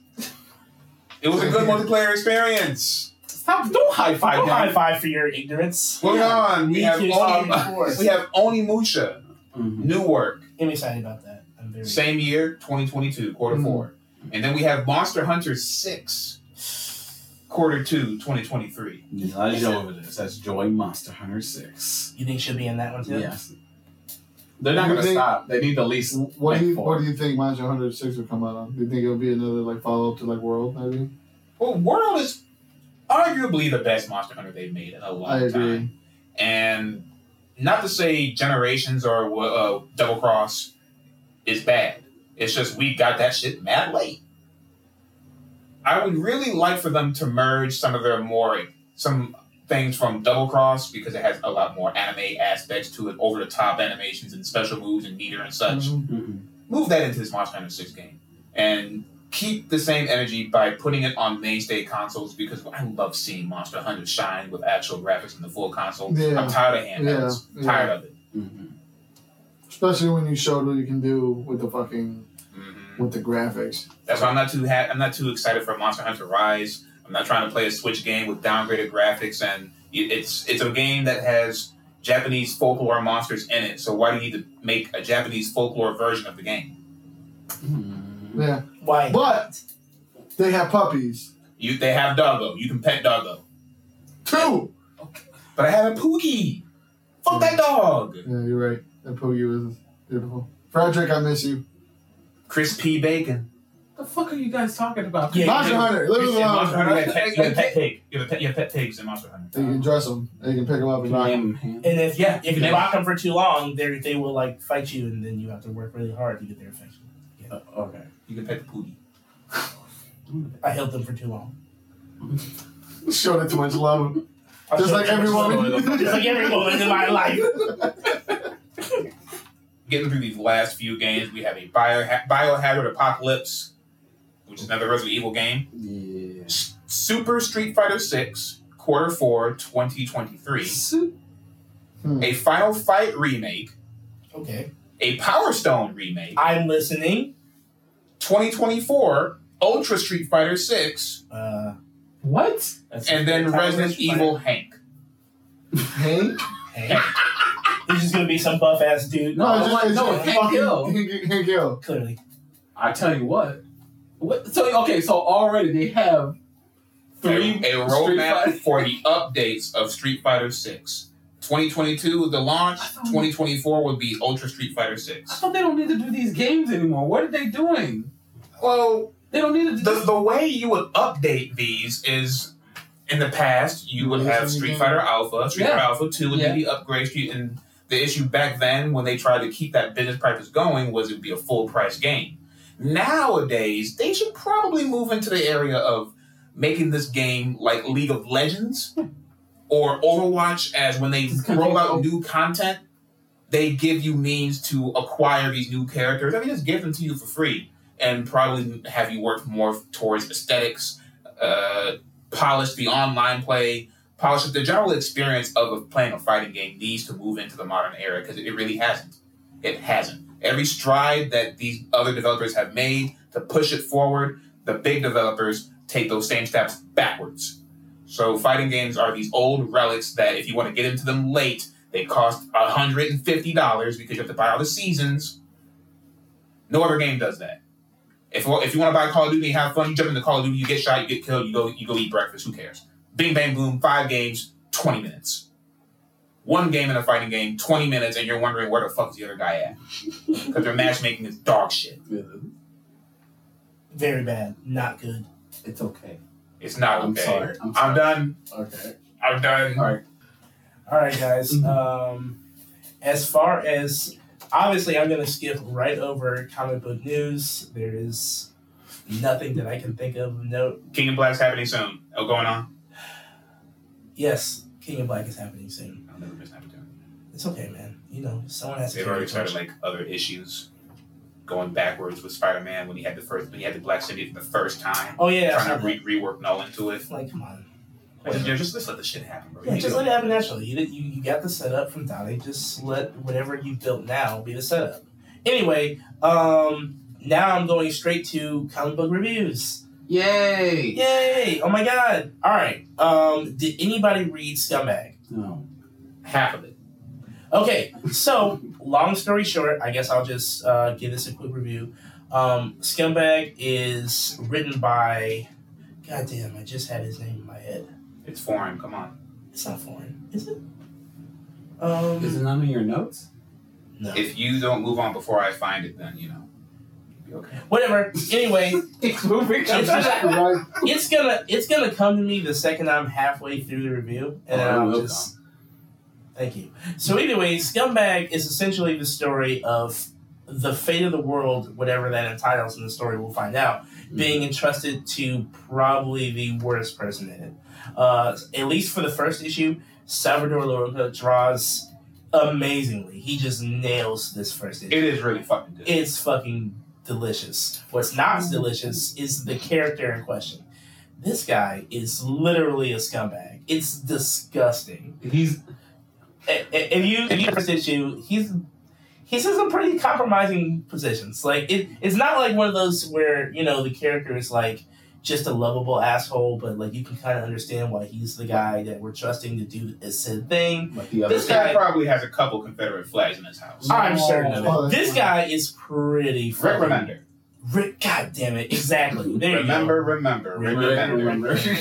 A: it was a good multiplayer experience.
C: Stop! Don't high
B: Don't
C: five.
B: high five for your ignorance.
A: Moving
C: Yeah.
A: on, we
B: Me
A: have
B: too,
A: [LAUGHS] Oni,
B: of course.
A: we have Onimusha,
C: Mm-hmm.
A: New Work,
B: I'm excited about that. I'm very.
A: Same year, 2022, quarter
D: Mm.
A: four. And then we have Monster Hunter 6, quarter two, 2023.
C: Elijah over this. That's Joy Monster Hunter Six.
B: You think she'll be in that one too?
C: Yes. They're not gonna
D: They-
C: stop. They need at least.
D: What do
C: make
D: you
C: four.
D: What do you think Monster Hunter Six will come out on? Do you think it'll be another like follow up to like World maybe?
A: Well, World is arguably the best Monster Hunter they've made in a long
D: I agree.
A: time. And not to say Generations or uh, Double Cross is bad. It's just we got that shit mad late. I would really like for them to merge some of their more some things from Double Cross because it has a lot more anime aspects to it, over the top animations and special moves and meter and such.
D: Mhm.
C: Mhm.
A: Move that into this Monster Hunter Six game and keep the same energy by putting it on mainstay consoles because I love seeing Monster Hunter shine with actual graphics in the full console.
D: Yeah.
A: I'm tired of handhelds.
D: Yeah,
A: Tired of it.
C: Mhm.
D: Especially when you showed what you can do with the fucking
A: Mhm.
D: with the graphics.
A: That's why I'm not too ha- I'm not too excited for Monster Hunter Rise. I'm not trying to play a Switch game with downgraded graphics, and it- it's it's a game that has Japanese folklore monsters in it. So why do you need to make a Japanese folklore version of the game?
C: Mm-hmm.
D: Yeah.
B: Why?
D: But they have puppies.
A: You they have doggo. You can pet doggo.
D: Two.
A: But I have a poogie. Fuck that dog.
D: Yeah, you're right. That poogie was beautiful. Frederick, I miss you.
A: Crispy bacon.
C: the fuck are you guys talking about?
B: Yeah,
D: Monster
A: yeah.
D: Hunter, leave
A: In
D: it
A: Monster Hunter, you have a
D: alone.
A: pet- you have a pet pig. You have a pet. You have pet pigs in Monster Hunter.
D: You can dress them. You can pick them up and knock 'em.
B: And if
A: Yeah,
B: if
A: they-
B: you lock them for too long, they they will like fight you, and then you have to work really hard to get their affection.
C: okay.
A: You can pet the poogie.
B: I held them for too long.
D: Showed it too much love.
B: I
D: Just
B: showed
D: like
B: them
D: every
B: too much love.
D: [LAUGHS] woman.
B: [LAUGHS] just like every woman in my life.
A: Getting through these last few games, we have a bio biohazard apocalypse, which is another Resident Evil game.
C: Yeah.
A: S- Super Street Fighter Six, quarter four, 2023.
D: Hmm.
A: A Final Fight remake.
B: Okay,
A: A Power Stone remake.
B: I'm listening.
A: 2024 Ultra Street Fighter 6,
B: Uh,
C: What?
A: and then
B: Power
A: Resident
B: Street Fighter.
A: Evil Hank.
D: Hank?
B: hey, this is gonna be some buff ass dude. Uh,
C: No,
D: it's
C: I'm like,
D: it's
C: no,
D: just
C: Hank Hill.
D: Hank, Hank Hill.
B: Clearly,
C: I tell you what. What? So okay. So already they have three
A: a, a
C: Street
A: roadmap
C: Fighter-
A: for the updates of Street Fighter 6. 2022 the launch,
C: I thought-
A: 2024 would be Ultra Street Fighter
C: I
A: 6.
C: thought they don't need to do these games anymore. What are they doing?
A: Well,
C: They don't need to. Do
A: the, the way you would update these is in the past, you would have Street Fighter Alpha, Street
C: Yeah.
A: Fighter Alpha 2 would
C: Yeah.
A: be the upgrade street, and the issue back then when they tried to keep that business practice going was it'd be a full price game. Nowadays, they should probably move into the area of making this game like League of Legends or Overwatch as when they
C: Just
A: roll out
C: continue.
A: new content, they give you means to acquire these new characters. I mean, just give them to you for free and probably have you work more towards aesthetics, uh, polish the online play, polish the general experience of a- playing a fighting game needs to move into the modern era because it really hasn't. It hasn't. Every stride that these other developers have made to push it forward, the big developers take those same steps backwards. So fighting games are these old relics that if you want to get into them late, they cost $150 because you have to buy all the seasons. No other game does that. If, if you want to buy Call of Duty and have fun, you jump into Call of Duty, you get shot, you get killed, you go you go eat breakfast, who cares? Bing bang boom, five games, 20 minutes. One game in a fighting game, 20 minutes, and you're wondering where the fuck is the other guy at? [LAUGHS] Because their matchmaking is dog shit.
B: very bad, not good.
C: It's okay.
A: It's not
C: I'm
A: okay.
C: sorry. I'm
A: I'm
C: sorry.
A: done.
C: Okay.
A: I'm done.
C: All right.
B: All right,
A: Mm-hmm.
B: guys. Um, as far as obviously, I'm going to skip right over comic book news. There is nothing that I can think of of note.
A: King and Black's happening soon. Oh, going on.
B: Yes, King of Black is happening soon.
A: I'll never miss an opportunity.
B: It's okay, man. You know, someone has to.
A: They've
B: carry
A: already
B: the
A: started
B: torch.
A: like other issues, going backwards with Spider-Man when he had the first when he had the Black City for the first time,
B: Oh yeah,
A: trying to re- rework Nolan to it.
B: like come on.
A: Like, just, just, just let the shit happen, bro.
B: Yeah,
A: You
B: just
A: do
B: let it happen naturally. You, did- you, you got the setup from Donnie. Just let whatever you built now be the setup. Anyway, um, now I'm going straight to comic book reviews.
C: Yay.
B: Yay! Oh my god! All right. Um, did anybody read Scumbag?
C: No.
A: half of it.
B: Okay, so long story short, I guess I'll just uh, give this a quick review. Um, Scumbag is written by. God damn! I just had his name in my head.
A: It's foreign. Come on.
B: It's not foreign, is it? Um,
C: Is it none of your notes?
B: no.
A: If you don't move on before I find it, then you know. you'll be Okay.
B: Whatever. Anyway,
C: [LAUGHS] It's moving.
B: It's just-
D: Right.
B: it's gonna it's gonna come to me the second I'm halfway through the review, and
C: Oh,
B: then
C: it
B: I'll
C: will
B: just. Thank you. So anyway, Scumbag is essentially the story of the fate of the world, whatever that entitles in the story, we'll find out,
C: Mm-hmm.
B: being entrusted to probably the worst person in it. Uh, at least for the first issue, Salvador Lorca draws amazingly. He just nails this first issue
A: It is really fucking good.
B: it's fucking delicious. What's not
A: Mm.
B: as delicious is the character in question. This guy is literally a scumbag. It's disgusting.
C: He's
B: A- a- If you if you first issue, he's he's in some pretty compromising positions. Like it, it's not like one of those where you know the character is like just a lovable asshole, but like you can kind of understand why he's the guy that we're trusting to do a said thing.
C: like the other.
B: This
A: this guy
B: guy-
A: probably has a couple Confederate flags in his house.
B: I'm certain of
D: Oh,
B: it.
D: that's
B: This
D: funny.
B: guy is pretty.
A: Rick
B: fucking-
A: Remender.
B: Re- God damn it! Exactly. There
A: remember, remember, [LAUGHS]
B: Remember,
C: [LAUGHS]
A: remember,
C: remember.
B: you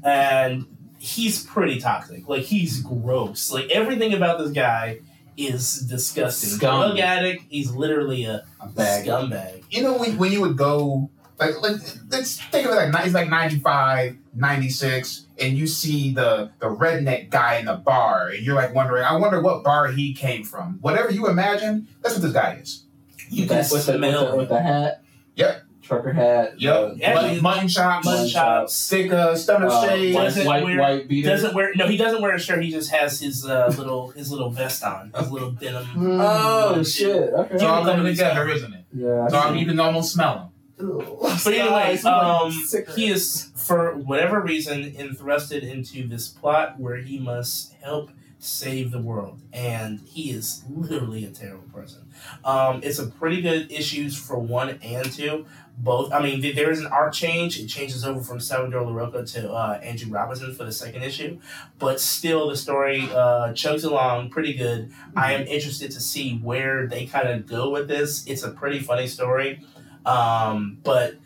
B: go. And he's pretty toxic. Like he's gross. Like everything about this guy is disgusting.
C: Scum.
B: Drug addict. He's literally a [LAUGHS]
C: A bag.
B: scumbag.
A: You know when, when you would go like like let's think of it like ni- it's like 95, 96, and you see the the redneck guy in the bar, and you're like wondering, I wonder what bar he came from. Whatever you imagine, that's what this guy is.
B: You can
C: That's with the, with, the,
B: smell
C: with the hat.
A: Yep.
C: Trucker hat.
A: Yep.
C: the-
B: Actually,
A: Mutton, mutton chops,
B: mutton
C: Mutton
B: chops.
A: sticker, stomach
C: uh,
A: shades.
C: white,
B: Doesn't
C: white,
B: wear-
C: white
B: He
C: beater.
B: doesn't wear no. He doesn't wear a shirt. He just has his uh, little his little vest on. His little denim.
D: Mm.
C: oh, shit.
A: It's
C: Okay.
A: all coming together, isn't it?
C: Yeah.
A: It's all, you can almost smell him.
B: But anyway, um, he is for whatever reason thrusted into this plot where he must help save the world, and he is literally a terrible person. Um, it's a pretty good issues for one and two. Both, I mean, th- there is an art change. It changes over from Salvador LaRocca to uh, Andrew Robinson for the second issue, but still the story uh, chugs along pretty good. I am interested to see where they kind of go with this. It's a pretty funny story, um, but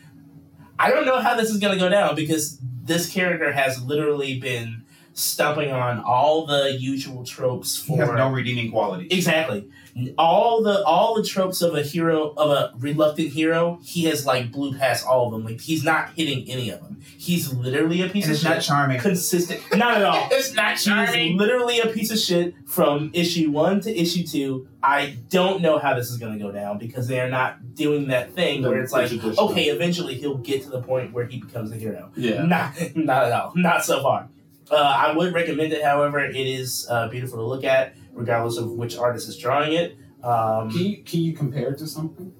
B: I don't know how this is going to go down because this character has literally been stumping on all the usual tropes
A: He
B: for
A: has no redeeming qualities.
B: Exactly. All the all the tropes of a hero of a reluctant hero, he has like blew past all of them. Like he's not hitting any of them. He's literally a piece
A: And
B: of
A: it's not
B: shit.
A: charming.
B: Consistent. Not at all.
A: It's not
B: He's literally a piece of shit from issue one to issue two. I don't know how this is going to go down because they are not doing that thing where it's like, okay, eventually he'll get to the point where he becomes a hero.
C: Yeah.
B: Not, [LAUGHS] not at all. Not so far. Uh, I would recommend it, however, it is uh, beautiful to look at, regardless of which artist is drawing it. Um,
C: Can you, can you compare it to something?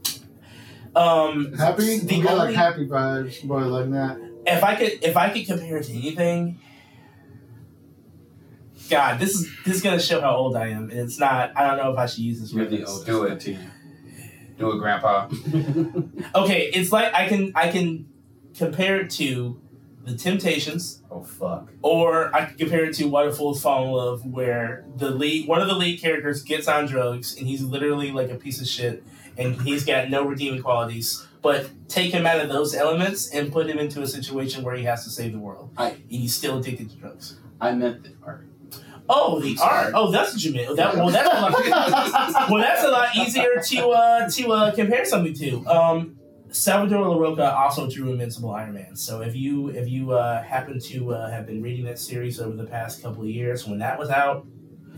B: um,
D: Happy?
B: The
D: you got
B: only-
D: like happy vibes, boy, like that. [LAUGHS]
B: if I could, if I could compare it to anything, God, this is this is gonna show how old I am, and it's not. I don't know if I should use this.
C: You're the
B: reference.
C: oldest.
A: do it. Do it, Grandpa.
B: Okay, it's like I can I can compare it to the Temptations.
A: Oh fuck.
B: Or I could compare it to What a Fool's Fall in Love, where the lead, one of the lead characters gets on drugs and he's literally like a piece of shit and he's got no redeeming qualities. But take him out of those elements and put him into a situation where he has to save the world.
C: I-
B: and he's still addicted to drugs.
C: [LAUGHS] I meant the art.
B: Oh, the art. Oh, that's what you meant. That, well, that's a
D: [LAUGHS]
B: lot, well, that's a lot easier to uh, to uh, compare something to. Um, Salvador LaRocca also drew Invincible Iron Man. So if you if you uh, happen to uh, have been reading that series over the past couple of years, when that was out,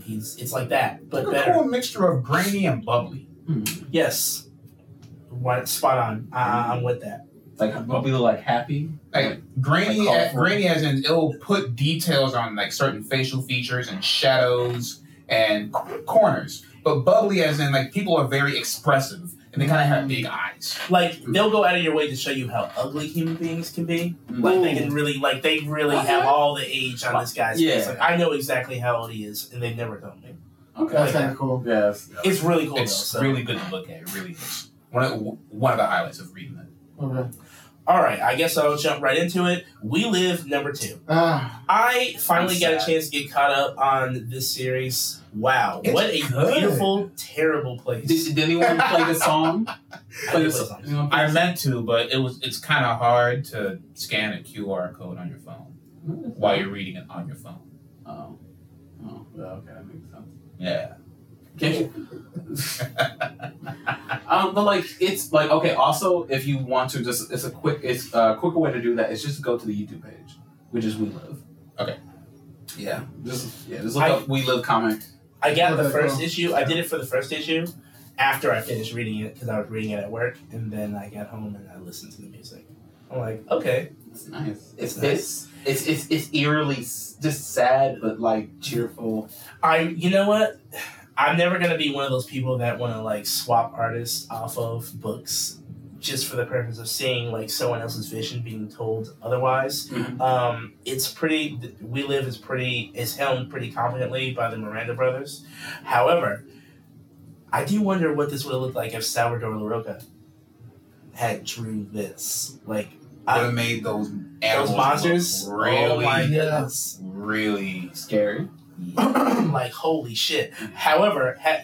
B: he's it's like that, but
A: Like a
B: better.
A: cool mixture of brainy and bubbly.
B: Hmm. Yes, Why- spot on. I, I'm with that.
C: Like, what we look like happy?
A: Like grainy,
C: Like
A: as,
C: colorful.
A: grainy as in it'll put details on like certain facial features and shadows and c- corners, but bubbly as in like people are very expressive and they kind of have big eyes.
B: Like they'll go out of your way to show you how ugly human beings can be.
C: Mm.
B: Like
A: Mm.
B: they can really like they really have all the age on this guy's face.
C: Yeah.
B: Like I know exactly how old he is, and they've never told me.
D: That's
C: Okay.
D: kind of cool.
C: Yes.
B: It's really cool
A: it's
B: though. so-
A: really good to look at. It really is one of one of the highlights of reading it.
D: Okay.
B: all right, I guess I'll jump right into it. We live number two.
D: Ah,
B: I finally
C: I'm
B: got a
C: sad.
B: chance to get caught up on this series. Wow,
A: It's
B: what a
A: good.
B: beautiful, terrible place.
C: Did, did anyone play the song? Play the song. Anyone play
A: I
C: the
A: meant to, but it was it's kind of hard to scan a QR code on your phone
C: song?
A: while you're reading it on your phone.
C: Oh. Oh, well, okay, that makes sense.
A: [LAUGHS] Yeah.
C: Can you? um, but like it's like okay. Also, if you want to, just it's a quick, it's a quicker way to do that. Is just go to the YouTube page, which is We Live.
A: Okay.
C: Yeah. Just yeah. Just look
B: I-
C: up We Live comic.
B: I got the
D: Okay,
B: first
D: cool.
B: issue. I did it for the first issue after I finished reading it because I was reading it at work, and then I got home and I listened to the music. I'm like, okay,
C: It's nice.
B: It's
C: It's
B: nice.
C: this. It's it's it's eerily s- just sad, but like cheerful.
B: I you know what? I'm never gonna be one of those people that wanna like swap artists off of books just for the purpose of seeing like someone else's vision being told otherwise.
A: Mm-hmm.
C: Mhm.
B: Um, it's pretty We Live is pretty is helmed pretty competently by the Miranda brothers. However, I do wonder what this would have looked like if Salvador LaRocca had drew this. Like
A: Would
B: I,
A: have made those animals
B: those
A: look
B: monsters.
A: really
B: Oh my
D: Yeah.
B: goodness. [CLEARS THROAT]
A: really
C: Scary.
B: like holy shit. However, ha-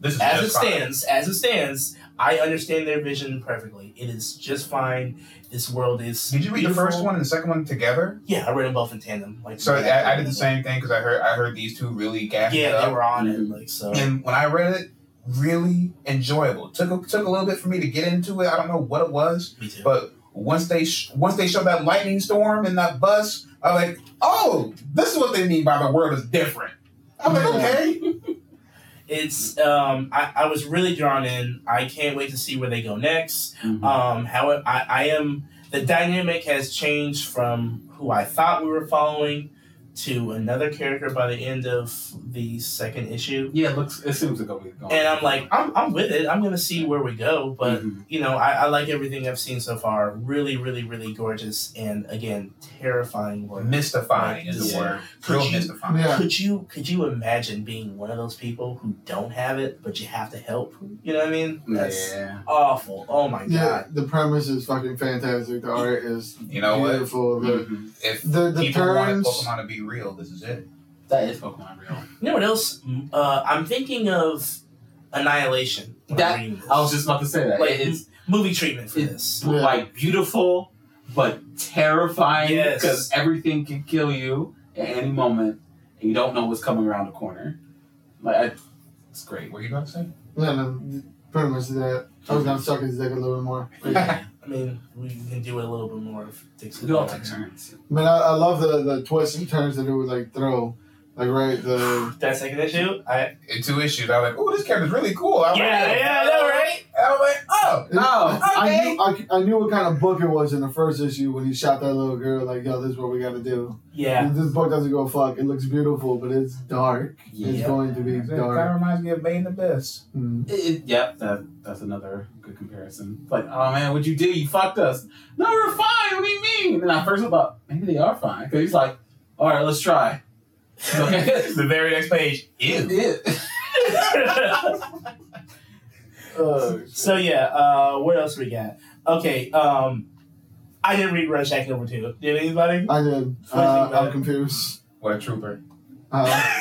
A: this is
B: as it
A: just fine.
B: stands, as it stands, I understand their vision perfectly. It is just fine. This world is.
E: Did you read the
B: beautiful.
E: first one and the second one together?
B: Yeah, I read them both in tandem. Like
E: So I, I did the same thing because I heard I heard these two really gassed it
B: Yeah,
E: up.
B: they were on it. Like so.
E: and when I read it, really enjoyable. Took a, took a little bit for me to get into it. I don't know what it was,
B: Me too.
E: but once they sh- once they showed that lightning storm and that bus, I was like, oh, this is what they mean by the world is different. I'm like,
D: Yeah.
E: okay,
B: It's um, I, I was really drawn in. I can't wait to see where they go next.
C: Mm-hmm.
B: Um, how I, I am the dynamic has changed from who I thought we were following to another character by the end of the second issue,
C: yeah, it looks. It seems like going.
B: and I'm like, I'm, I'm with it. I'm gonna see where we go, but
C: Mm-hmm.
B: you know, I, I like everything I've seen so far. Really, really, really gorgeous, and again, terrifying work.
E: mystifying is
C: Yeah.
E: the word.
B: Could
E: Real
B: you-
E: mystifying.
D: Yeah.
B: Could you could you imagine being one of those people who don't have it but you have to help? You know what I mean? That's
C: yeah.
B: awful. Oh my
D: Yeah,
B: god.
D: the premise is fucking fantastic. The art is
E: You know what?
D: beautiful. The,
C: Mhm.
E: If
D: the, the
E: people wanted
D: turns.
E: Pokemon to be real, this is it.
C: That is Pokemon real.
B: You know what else? Mm, Uh, I'm thinking of Annihilation. when
C: That-
B: I'm reading this.
C: I was just about to say that.
B: Like,
C: it's
B: movie treatment for
C: it- [LAUGHS]
B: this.
D: Yeah.
C: like beautiful but terrifying
B: Yes.
C: because everything can kill you at any moment, and you don't know what's coming around the corner. Like I, it's great.
E: What were you about to say?
D: No, no, pretty much that. I was gonna suck his dick a little bit more.
B: Yeah. I mean, we can do it a little bit more if it takes
C: We all take turns.
D: I mean, I, I love the, the twists and turns that it would like throw. Like
B: [GASPS]
D: right, the
B: That second issue, I
E: In two issues, I was like, oh, this character's really cool. I was like,
B: I know, right?
E: I was like, oh,
B: [LAUGHS]
C: No,
D: I
E: okay.
D: knew I, I knew what kind of book it was in the first issue when he shot that little girl. Like, yo, this is what we gotta do.
B: Yeah,
D: This book doesn't go fuck. It looks beautiful, but it's dark. It's
C: yeah,
D: going to be
E: That kind
D: dark.
E: of reminds me of Bay in the Abyss.
D: Mm.
C: It- it- yep. That that's another good comparison. Like, oh man, what'd you do? You fucked us. No, we're fine. What do you mean? And I first thought maybe they are fine because he's like, all right, let's try. [LAUGHS]
B: [LAUGHS]
E: the very next page. Ew.
B: so yeah, uh, what else we got? Okay, um, I didn't read Rorschach number two. Did anybody?
D: I
B: What
D: did.
B: do you think
D: Uh,
B: about
D: I'm
B: it?
D: confused.
E: What a
A: [LAUGHS]
E: trooper.
D: Uh,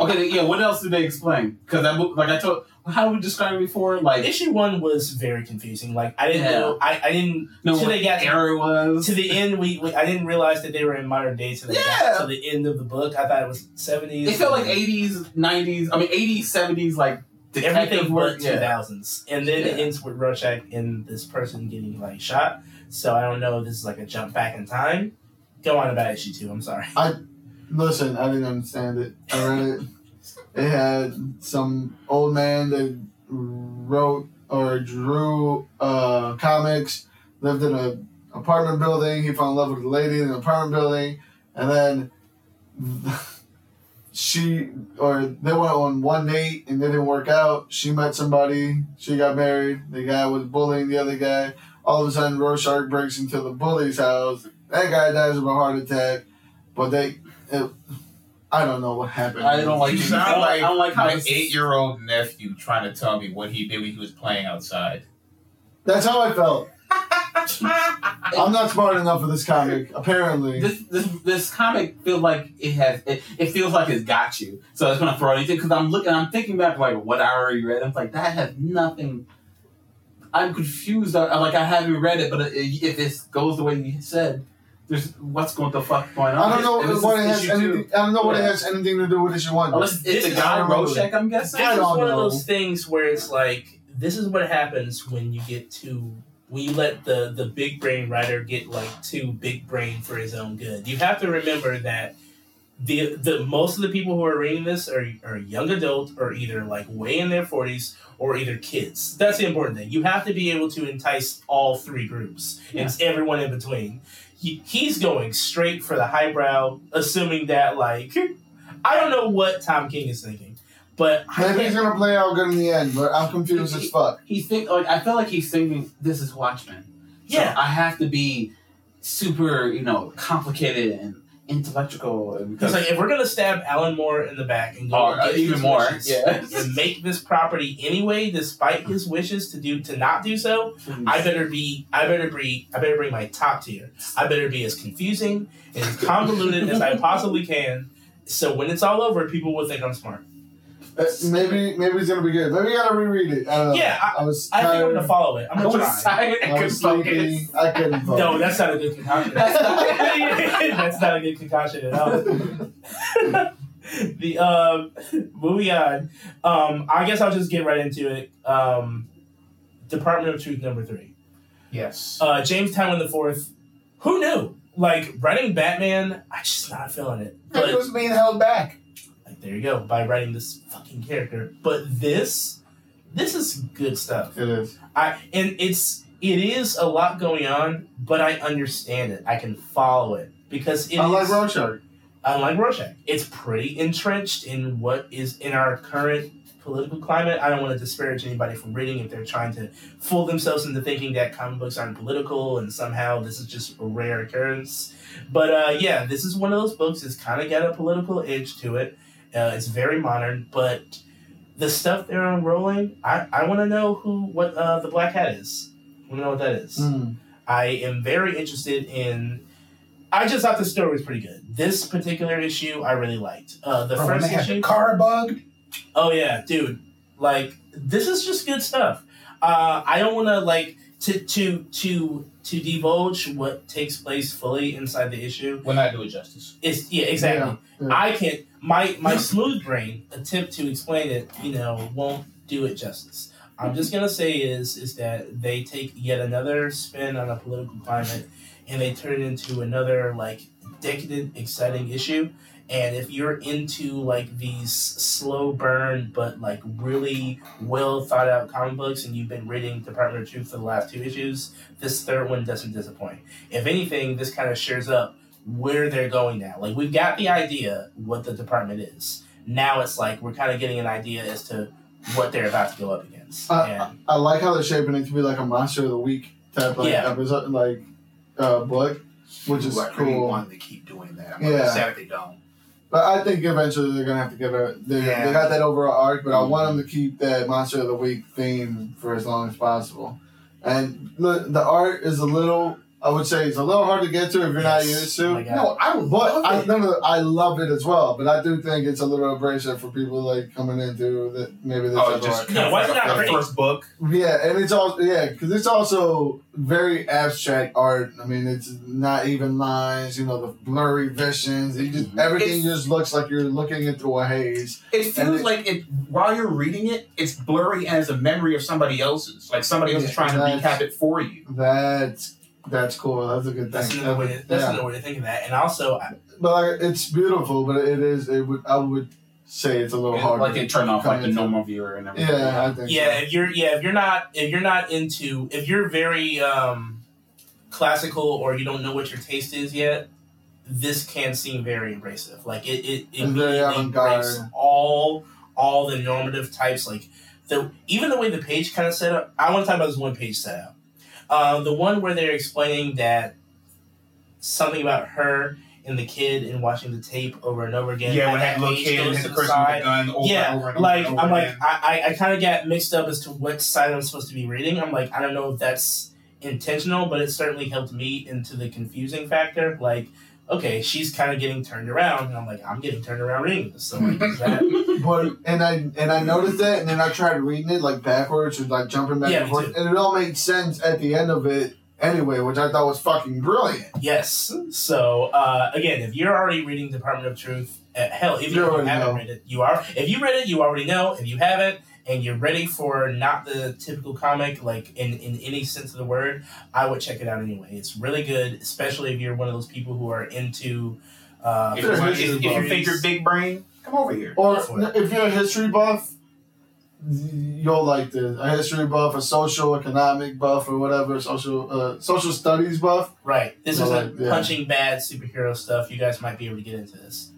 C: okay, yeah. What else did they explain? Because I like I told. How did we describe it before? Like
B: Issue one was very confusing. Like I didn't
C: Yeah.
B: know. I, I didn't
C: No,
B: So
C: what
B: they got-
C: error was.
B: to the end. We, we I didn't realize that they were in modern day. So they
C: Yeah.
B: got to the end of the book. I thought it was seventies.
C: it felt like eighties, nineties. I mean, eighties, seventies, like detective
B: everything
C: work.
B: but two
C: Yeah.
B: thousands, and then it
C: Yeah.
B: ends with Rorschach and this person getting like shot. So I don't know. if This is like a jump back in time. Go on about issue two. I'm sorry.
D: Listen, I didn't understand it. I read it. It had some old man that wrote or drew uh, comics, lived in a apartment building. He fell in love with a lady in an apartment building, and then [LAUGHS] she or they went on one date and they didn't work out. She met somebody. She got married. The guy was bullying the other guy. All of a sudden, Rorschach breaks into the bully's house. That guy dies of a heart attack, but they I don't know what happened.
C: I don't like.
E: You sound
C: I
E: like,
C: don't like how
E: my
C: it's-
E: eight-year-old nephew trying to tell me what he did when he was playing outside.
D: That's how I felt. I'm not smart enough for this comic, apparently.
C: This, this this comic feel like it has it, it feels like it's got you so it's gonna throw anything because I'm looking I'm thinking back like what I already read I'm like that has nothing I'm confused I, I- like I haven't read it but it, if this goes the way you said there's what's going the fuck going on
D: I don't
C: And
D: know
C: this
D: what
C: is
D: it has
C: issue two.
D: anything. I don't know what it
C: Yeah.
D: has anything to do with issue one.
C: unless
B: Oh, This
C: it's the
B: is-
C: guy
D: I don't know.
C: Roshak I'm
B: This
C: guessing
D: I
B: is
D: don't
B: one of
D: know.
B: those things where it's like this is what happens when you get too when you let the the big brain writer get like too big brain for his own good. You have to remember that the the most of the people who are reading this are are young adults or either like way in their forties or either kids. That's the important thing. You have to be able to entice all three groups. It's everyone in between. He, he's going straight for the highbrow, assuming that like I don't know what Tom King is thinking, but I
D: Maybe
B: can't-
D: he's gonna play out good in the end, but I'm confused as fuck.
C: he think like I feel like he's thinking this is Watchmen
B: yeah.
C: So I have to be super, you know, complicated and intellectual. And
B: Because like, if we're gonna stab Alan Moore in the back and go
C: Oh,
B: against
C: even
B: his
C: more,
B: wishes
C: yeah.
B: and make this property anyway, despite his wishes to do to not do so, I better be, I better be, I better bring my top tier. I better be as confusing and as convoluted as I possibly can. So when it's all over, people will think I'm smart.
D: Uh, Maybe maybe it's gonna be good. Maybe I gotta reread it. I don't know.
B: Yeah,
D: I, was.
B: I think I'm
D: tired.
B: gonna follow it. I'm
C: I
B: gonna
C: was
B: try.
C: excited and
D: I
C: could
D: was
C: focus. [LAUGHS]
D: sleepy. I couldn't focus.
B: No, that's not a good concoction.
C: That's
D: not-
B: [LAUGHS] that's not a good concoction at all. the um, moving on. Um, I guess I'll just get right into it. Um, Department of Truth number three.
A: Yes.
B: Uh, James Tywin the fourth. Who knew? Like writing Batman, I just not feeling it.
E: It
B: But
E: was being held back.
B: like, there you go by writing this fucking character. But this, this is good stuff.
D: [LAUGHS] It is.
B: I and it's it is a lot going on, but I understand it. I can follow it because it is
D: I like Road Shark.
B: unlike Rorschach. It's pretty entrenched in what is in our current political climate. I don't want to disparage anybody from reading if they're trying to fool themselves into thinking that comic books aren't political and somehow this is just a rare occurrence. But uh, yeah, this is one of those books that's kind of got a political edge to it. Uh, it's very modern, but the stuff they're unrolling, I, I want to know who what uh, the Black Hat is. I want to know what that is.
D: Mm.
B: I am very interested in. I just thought the story was pretty good. This particular issue, I really liked. Uh, the
E: Bro, Oh, when
B: first
E: they had
B: issue.
E: the car bugged.
B: oh yeah, dude. Like this is just good stuff. Uh, I don't want to like to to to to divulge what takes place fully inside the issue.
A: Will not do it justice.
B: It's yeah, exactly.
D: Yeah, yeah.
B: I can't. My my smooth brain attempt to explain it, you know, won't do it justice. I'm just gonna say is is that they take yet another spin on a political climate, and they turn it into another like decadent, exciting issue. And if you're into like these slow burn but like really well thought out comic books, and you've been reading Department of Truth for the last two issues, this third one doesn't disappoint. If anything, this kind of shares up where they're going now. Like we've got the idea what the department is. Now it's like we're kind of getting an idea as to what they're about to go up against.
D: Uh,
B: and
D: I like how they're shaping it to be like a monster of the week type like
B: Yeah.
D: episode, like uh, book, which is
A: Ooh, I really
D: cool.
A: wanted to keep doing that. I'm yeah.
D: Yeah.
A: sad if they don't.
D: But I think eventually they're gonna have to get a. They,
A: Yeah.
D: they got that overall arc, but I want them to keep that monster of the week theme for as long as possible. And the the art is a little. I would say it's a little hard to get to if you're not
B: Yes.
D: used
B: Oh
D: to.
B: my God.
D: no, I but
B: love
D: I
B: it.
D: no, no, I love it as well. But I do think it's a little abrasive for people like coming into that maybe this
A: Oh,
D: type
A: it
D: of
A: just
D: art.
B: No, why is it not
A: the
B: pretty?
A: first book?
D: Yeah, and it's all yeah, because it's also very abstract art. I mean, it's not even lines. You know, the blurry visions. It just
B: Mm-hmm.
D: everything
E: It's-
D: just looks like you're looking into a haze.
E: It feels
D: it-
E: like it while you're reading it, it's blurry and it's a memory of somebody else's. Like somebody else is
D: Yeah,
E: trying to
D: that's-
E: recap it for you.
D: That's that's cool. That's a good
B: that's
D: thing.
B: another way. To, that's
D: yeah.
B: another way to think of that. And also, I-
D: but like, it's beautiful. But it is. It would. I would say it's a little hard.
C: Like they turn off like the
D: Coming to-
C: normal viewer and everything.
D: Yeah, I think.
B: yeah, if you're yeah if you're not if you're not into if you're very um, classical or you don't know what your taste is yet, this can seem very abrasive. Like it it, it
D: It's very
B: immediately
D: avant-garde.
B: breaks all all the normative types. Like the even the way the page kind of set up. I want to talk about this one page setup. Um, the one where they're explaining that something about her and the kid and watching the tape over and over again.
A: yeah,
B: how
A: when that little
B: page
A: kid
B: goes
A: hit
B: to
A: the
B: the
A: person
B: side
A: with the gun over
B: yeah,
A: and over and over
B: like
A: and over
B: I'm like
A: again.
B: I, I, I kind of got mixed up as to what side I'm supposed to be reading. I'm like I don't know if that's intentional, but it certainly helped me into the confusing factor. Like, okay, she's kind of getting turned around, and I'm like I'm getting turned around reading this. So like, is that
D: But and I and I noticed that, and then I tried reading it like backwards or like jumping back
B: Yeah,
D: and
B: me
D: forth, and it all made sense at the end of it anyway, which I thought was fucking brilliant.
B: yes. So uh, again, if you're already reading Department of Truth, uh, hell, even if
D: You
B: you
D: already
B: haven't
D: know.
B: read it, you are. If you read it, you already know. If you haven't. And you're ready for not the typical comic, like in, in any sense of the word, I would check it out anyway. It's really good, especially if you're one of those people who are into. Uh,
A: [LAUGHS] if, you want- if- if you
D: movies.
A: think you're big brain, come over here.
D: Or
B: That's what-
D: if you're a history buff, you'll like this. A history buff, a social economic buff, or whatever, social uh, social studies buff.
B: right, this
D: Well,
B: isn't
D: like, yeah.
B: punching bad superhero stuff. You guys might be able to get into this.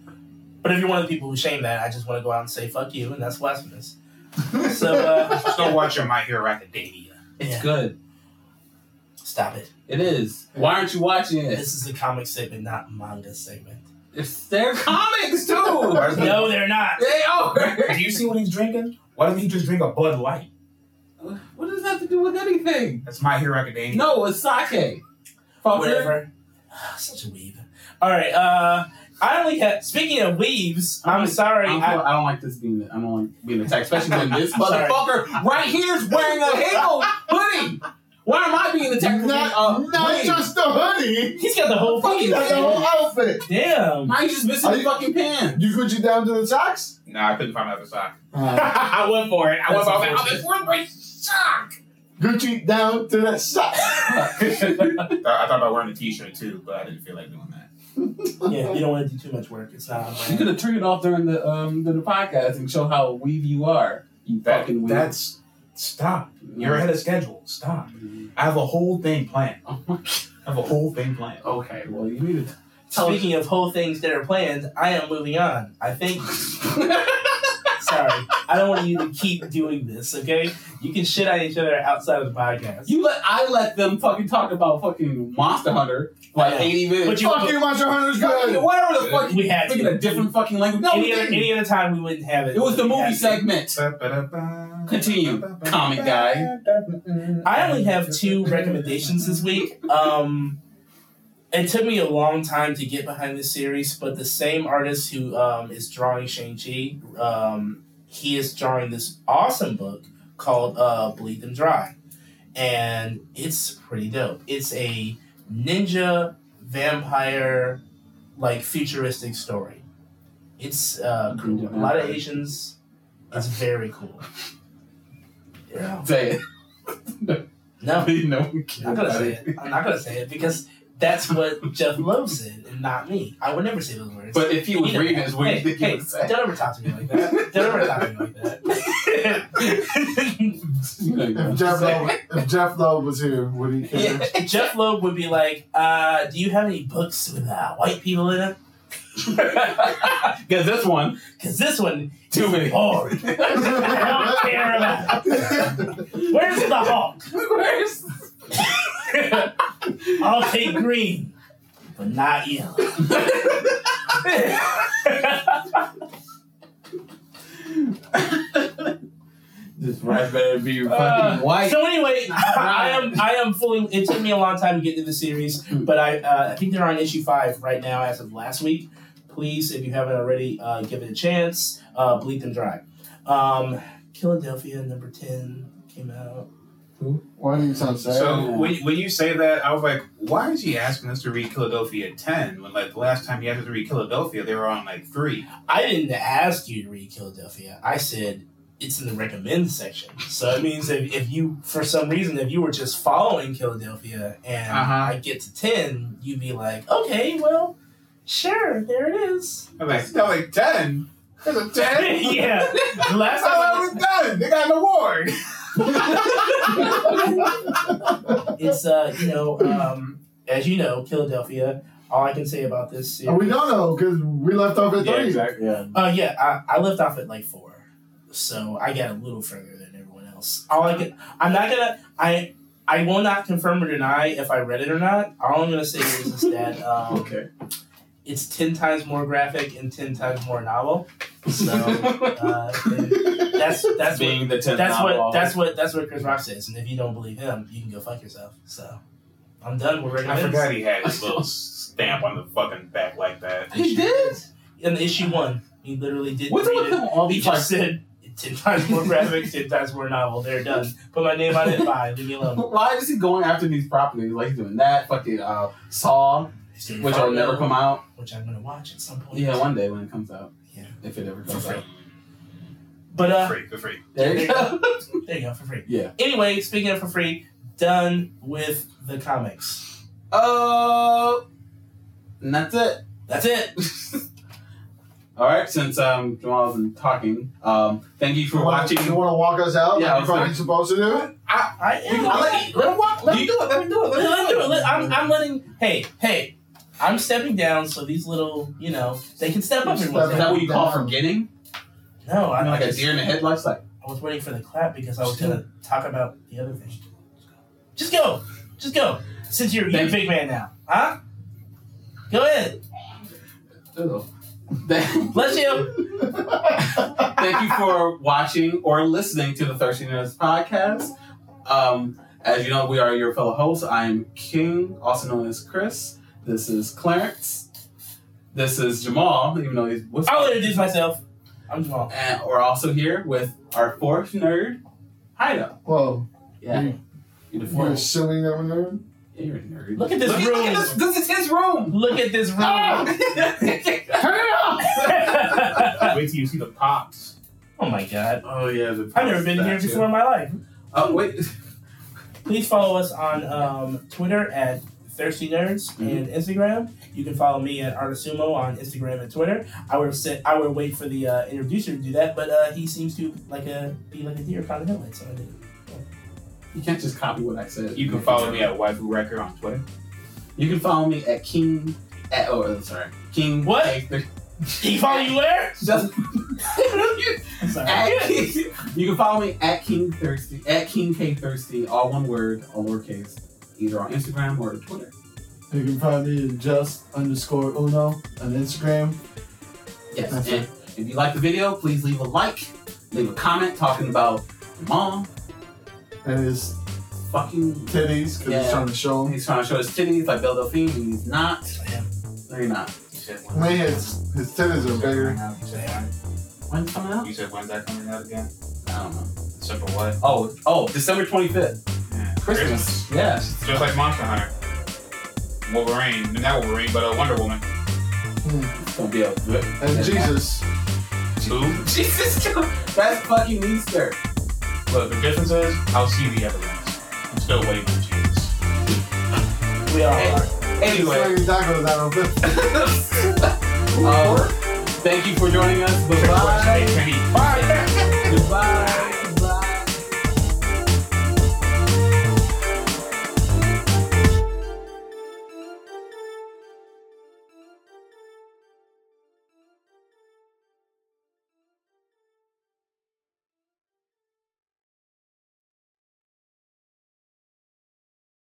B: But if you're one of the people who shame that, I just want to go out and say fuck you, and that's
D: [LAUGHS]
B: blasphemous. So uh,
A: Just go watch your My Hero Academia.
C: It's
B: Yeah.
C: good.
B: stop it.
C: It is. Why aren't you watching it?
B: This is the comic segment, not manga segment.
C: It's they're comics too.
A: Why does he-
B: No, they're not.
C: [LAUGHS] They are.
A: Do you see what he's drinking? Why doesn't he just drink a Bud Light?
C: [LAUGHS] What does that have to do with anything?
A: That's My Hero Academia.
C: No, it's sake. Fucker.
B: Ah, Whatever. Such a weeb. All right. Uh, I only have. Speaking of leaves, I'm,
C: I'm like-
B: sorry.
C: I don't,
B: I,
C: feel- I don't like this being. I don't like being attacked, especially when [LAUGHS] this
B: I'm sorry.
C: motherfucker right here is wearing a Halo hoodie. Why am I being attacked?
D: Not,
C: uh,
D: not just the hoodie.
B: he's got the whole fucking.
C: Fucking
D: That's the whole outfit.
B: Damn.
C: Now you just missing
D: Are
C: the
D: you-
C: fucking pants.
D: You put you down to
B: [LAUGHS]
D: the socks?
A: Nah, I couldn't find my other sock.
D: Uh,
B: I went for it.
A: I went by oh, this one my sock.
D: Gucci down to the socks.
A: [LAUGHS] I I thought about wearing a T-shirt too, but I didn't feel like doing that.
B: Yeah, you don't want to do too much work. It's not.
C: You could have turned it off during the um the, the podcast and show how weave you are. You
A: That-
C: fucking weave.
A: That's stop. You're ahead of schedule. Stop.
D: Mm-hmm.
A: I have a whole thing planned.
C: Oh my
A: I have a whole thing planned.
C: [LAUGHS] Okay, well, you need to tell
B: Speaking of whole things that are planned, I am moving on. I think. Sorry, I don't want you to keep doing this. Okay, you can shit on each other outside of the podcast.
C: You let I let them fucking talk about fucking Monster Hunter for like
B: Yeah.
C: eighty minutes.
B: But you-
D: Fucking Monster Hunter's good.
C: whatever the fuck.
B: We had
C: Speaking
B: to.
C: a different fucking language. No, we
B: Any other,
C: didn't.
B: any other time we wouldn't have it.
C: It was the
B: We had
C: movie
B: to.
C: segment. Continue, comic guy.
B: I only have two recommendations this week. Um, it took me a long time to get behind this series, but the same artist who um, is drawing Shang Chi, um, he is drawing this awesome book called uh, "Bleed Them Dry," and it's pretty dope. It's a ninja vampire, like futuristic story. It's uh, cool. A lot of Asians. It's very cool. Yeah.
C: [LAUGHS] Say it.
B: No.
C: no one cares.
B: I'm not gonna say it. I'm not gonna say it because that's what Jeff Lowe said and not me. I would never say those words.
C: But if he was
B: You know
C: reading
B: that.
C: his weed,
B: hey,
C: he
B: hey,
C: would say.
B: don't ever talk to me like that. Don't ever talk to me like
C: [LAUGHS]
B: that.
D: If Jeff, Lowe, if Jeff Lowe was here, would he care?
C: Yeah.
B: Jeff Loeb would be like, uh, "Do you have any books with uh, white people in them?
C: Because this one,
B: Because this one
C: too many.
B: boring. [LAUGHS]
C: [LAUGHS]
B: I don't care about. it. Where's the Hulk?
C: Where's
B: I'll take green, but not yellow."
C: this right better be your
B: Uh,
C: fucking white?
B: So anyway, I am I am fully. It took me a long time to get to the series, but I uh, I think they're on issue five right now as of last week. Please, if you haven't already, uh, give it a chance. Uh, bleed them dry. Um, Philadelphia number ten came out.
D: [LAUGHS] Why do you sound sad?
A: So when, when you say that, I was like, why is he asking us to read Philadelphia ten? When like the last time he asked us to read Philadelphia, they were on like three.
B: I didn't ask you to read Philadelphia. I said it's in the recommend section. So it means if, if you, for some reason, if you were just following Philadelphia and
A: Uh-huh.
B: I get to 10, you'd be like, okay, well, sure, there it is.
A: I'm like, no, like ten. There's a ten.
B: [LAUGHS] yeah. The
A: That's
B: Last
A: how
B: time
A: it was done. They got an award.
B: I- it's uh, you know, um, as you know, Philadelphia. All I can say about this
D: And Uh, we
B: series,
D: don't know because we left off at
C: yeah,
D: three.
C: exactly. Yeah.
B: uh, yeah, I, I left off at like four, so I got a little further than everyone else. All I can, I'm not gonna, I, I will not confirm or deny if I read it or not. All I'm gonna say is, is that um,
C: Okay. [LAUGHS]
B: it's ten times more graphic and ten times more novel. So
C: [LAUGHS]
B: uh, that's that's what,
C: being the tenth.
B: that's
C: novel.
B: what that's what that's what Chris Rock says. And if you don't believe him, you can go fuck yourself. So I'm done. We're ready.
A: I forgot he had his little stamp on the fucking back like that.
C: he did.
B: In the issue one, he literally did.
C: What's up
B: read
C: with Oh,
B: it.
C: them? All
B: He
C: these like [LAUGHS]
B: just said ten times more graphic, ten times more novel. They're done. Put my name on it. Bye. Leave me alone.
C: Why is he going after these properties? Like he's doing that fucking uh, Saw,
B: He's doing
C: which will never
B: Fargo,
C: come out.
B: Which I'm gonna watch at some point.
C: Yeah, one day when it comes out.
B: Yeah.
C: If it ever
B: For
C: comes
B: free.
C: out.
B: But uh,
A: free, for free.
C: There you go. [LAUGHS]
B: there you go for free.
C: Yeah.
B: Anyway, speaking of for free, done with the comics.
C: Oh, and that's it. [LAUGHS]
B: That's it.
C: All right. Since um Jamal's been talking, um, thank you for
D: You wanna-
C: watching.
D: You want to walk us out?
C: Yeah, I
D: like
C: was
D: you're
C: gonna-
D: fucking supposed to do it.
B: I am.
C: I like-
B: let him walk.
C: Let me do it. Let me do it.
B: Let- let- let- let- I'm, I'm letting. Hey, hey, I'm stepping down so these little, you know, they can step up every once
C: Is
B: in a
C: that
B: while.
C: what you call forgetting?
B: No,
C: I
B: I,
C: mean, like
B: I,
C: a deer in the headlights. Like
B: I was waiting for the clap because I was gonna talk about the other thing. Just go, just go. Since you're, you're a
C: Thank-
B: big man now, huh? Go ahead.
C: ugh. [LAUGHS] Thank
B: Bless you.
C: thank you for watching or listening to the Thirsty Nerds podcast. Um, as you know, we are your fellow hosts. I am King, also known as Chris. This is Clarence. This is Jamal, even though he's what's
B: I'll introduce myself. I'm Jamal.
C: And we're also here with our fourth nerd, Haida.
D: Whoa.
C: Yeah,
A: Mm.
D: You-
C: you're the
D: You're
C: fourth.
D: assuming I'm a nerd?
C: Yeah, you're a nerd.
B: Look at this
C: look,
B: room. Ah!
C: At this, this is his room.
B: Look at this room.
C: [LAUGHS] Ah!
D: Turn it off!
B: Uh,
A: Wait till you see the pops.
B: [LAUGHS] oh my god.
C: oh yeah, the
B: I've never been here
C: statue.
B: before in my life.
C: Oh wait, [LAUGHS]
B: Please follow us on um, Twitter at Thirsty Nerds and Instagram. You can follow me at Artisumo on Instagram and Twitter. I would sit, I would wait for the uh, introducer to do that, but uh, he seems to like a be like a deer kind of headlights. So I did.
C: you can't just copy what I said.
A: You can follow me at Waifu Record on Twitter.
C: You can follow me at King. At, oh, I'm sorry, King.
B: What?
C: At,
B: He follow you where?
C: just, [LAUGHS]
B: I'm sorry.
C: at King, you can follow me at King Thirsty at King K Thirsty, all one word, all lowercase, either on Instagram or Twitter.
D: You can find me at just underscore uno on Instagram.
C: Yes.
D: That's
C: And if you like the video, please leave a like, leave a comment talking about your mom,
D: And his
C: fucking
D: titties, because
C: Yeah.
D: he's trying to show them.
C: He's trying to show his titties like Bill Delphine, and he's not.
B: Yeah.
C: No, you're not.
A: You said
D: I mean, his, his titties are bigger.
A: You said,
C: When's it coming out?
A: you said when's that coming out again?
C: I don't know.
A: Except for what?
C: Oh, oh, December 25th.
A: Yeah.
C: Christmas. Yeah.
A: Just like Monster Hunter. Wolverine. Not Wolverine, but a Wonder Woman.
C: It's gonna be a good.
D: And Jesus.
A: Who?
C: [LAUGHS] Jesus, dude. That's fucking Easter.
A: Look, the difference is, I'll see the evidence. I'm still waiting for Jesus.
B: We all are.
C: [LAUGHS] Anyway.
D: It's like tacos out of
C: um, Uh, thank you for joining us. Bye-bye.
A: Hey, Penny.
C: Bye.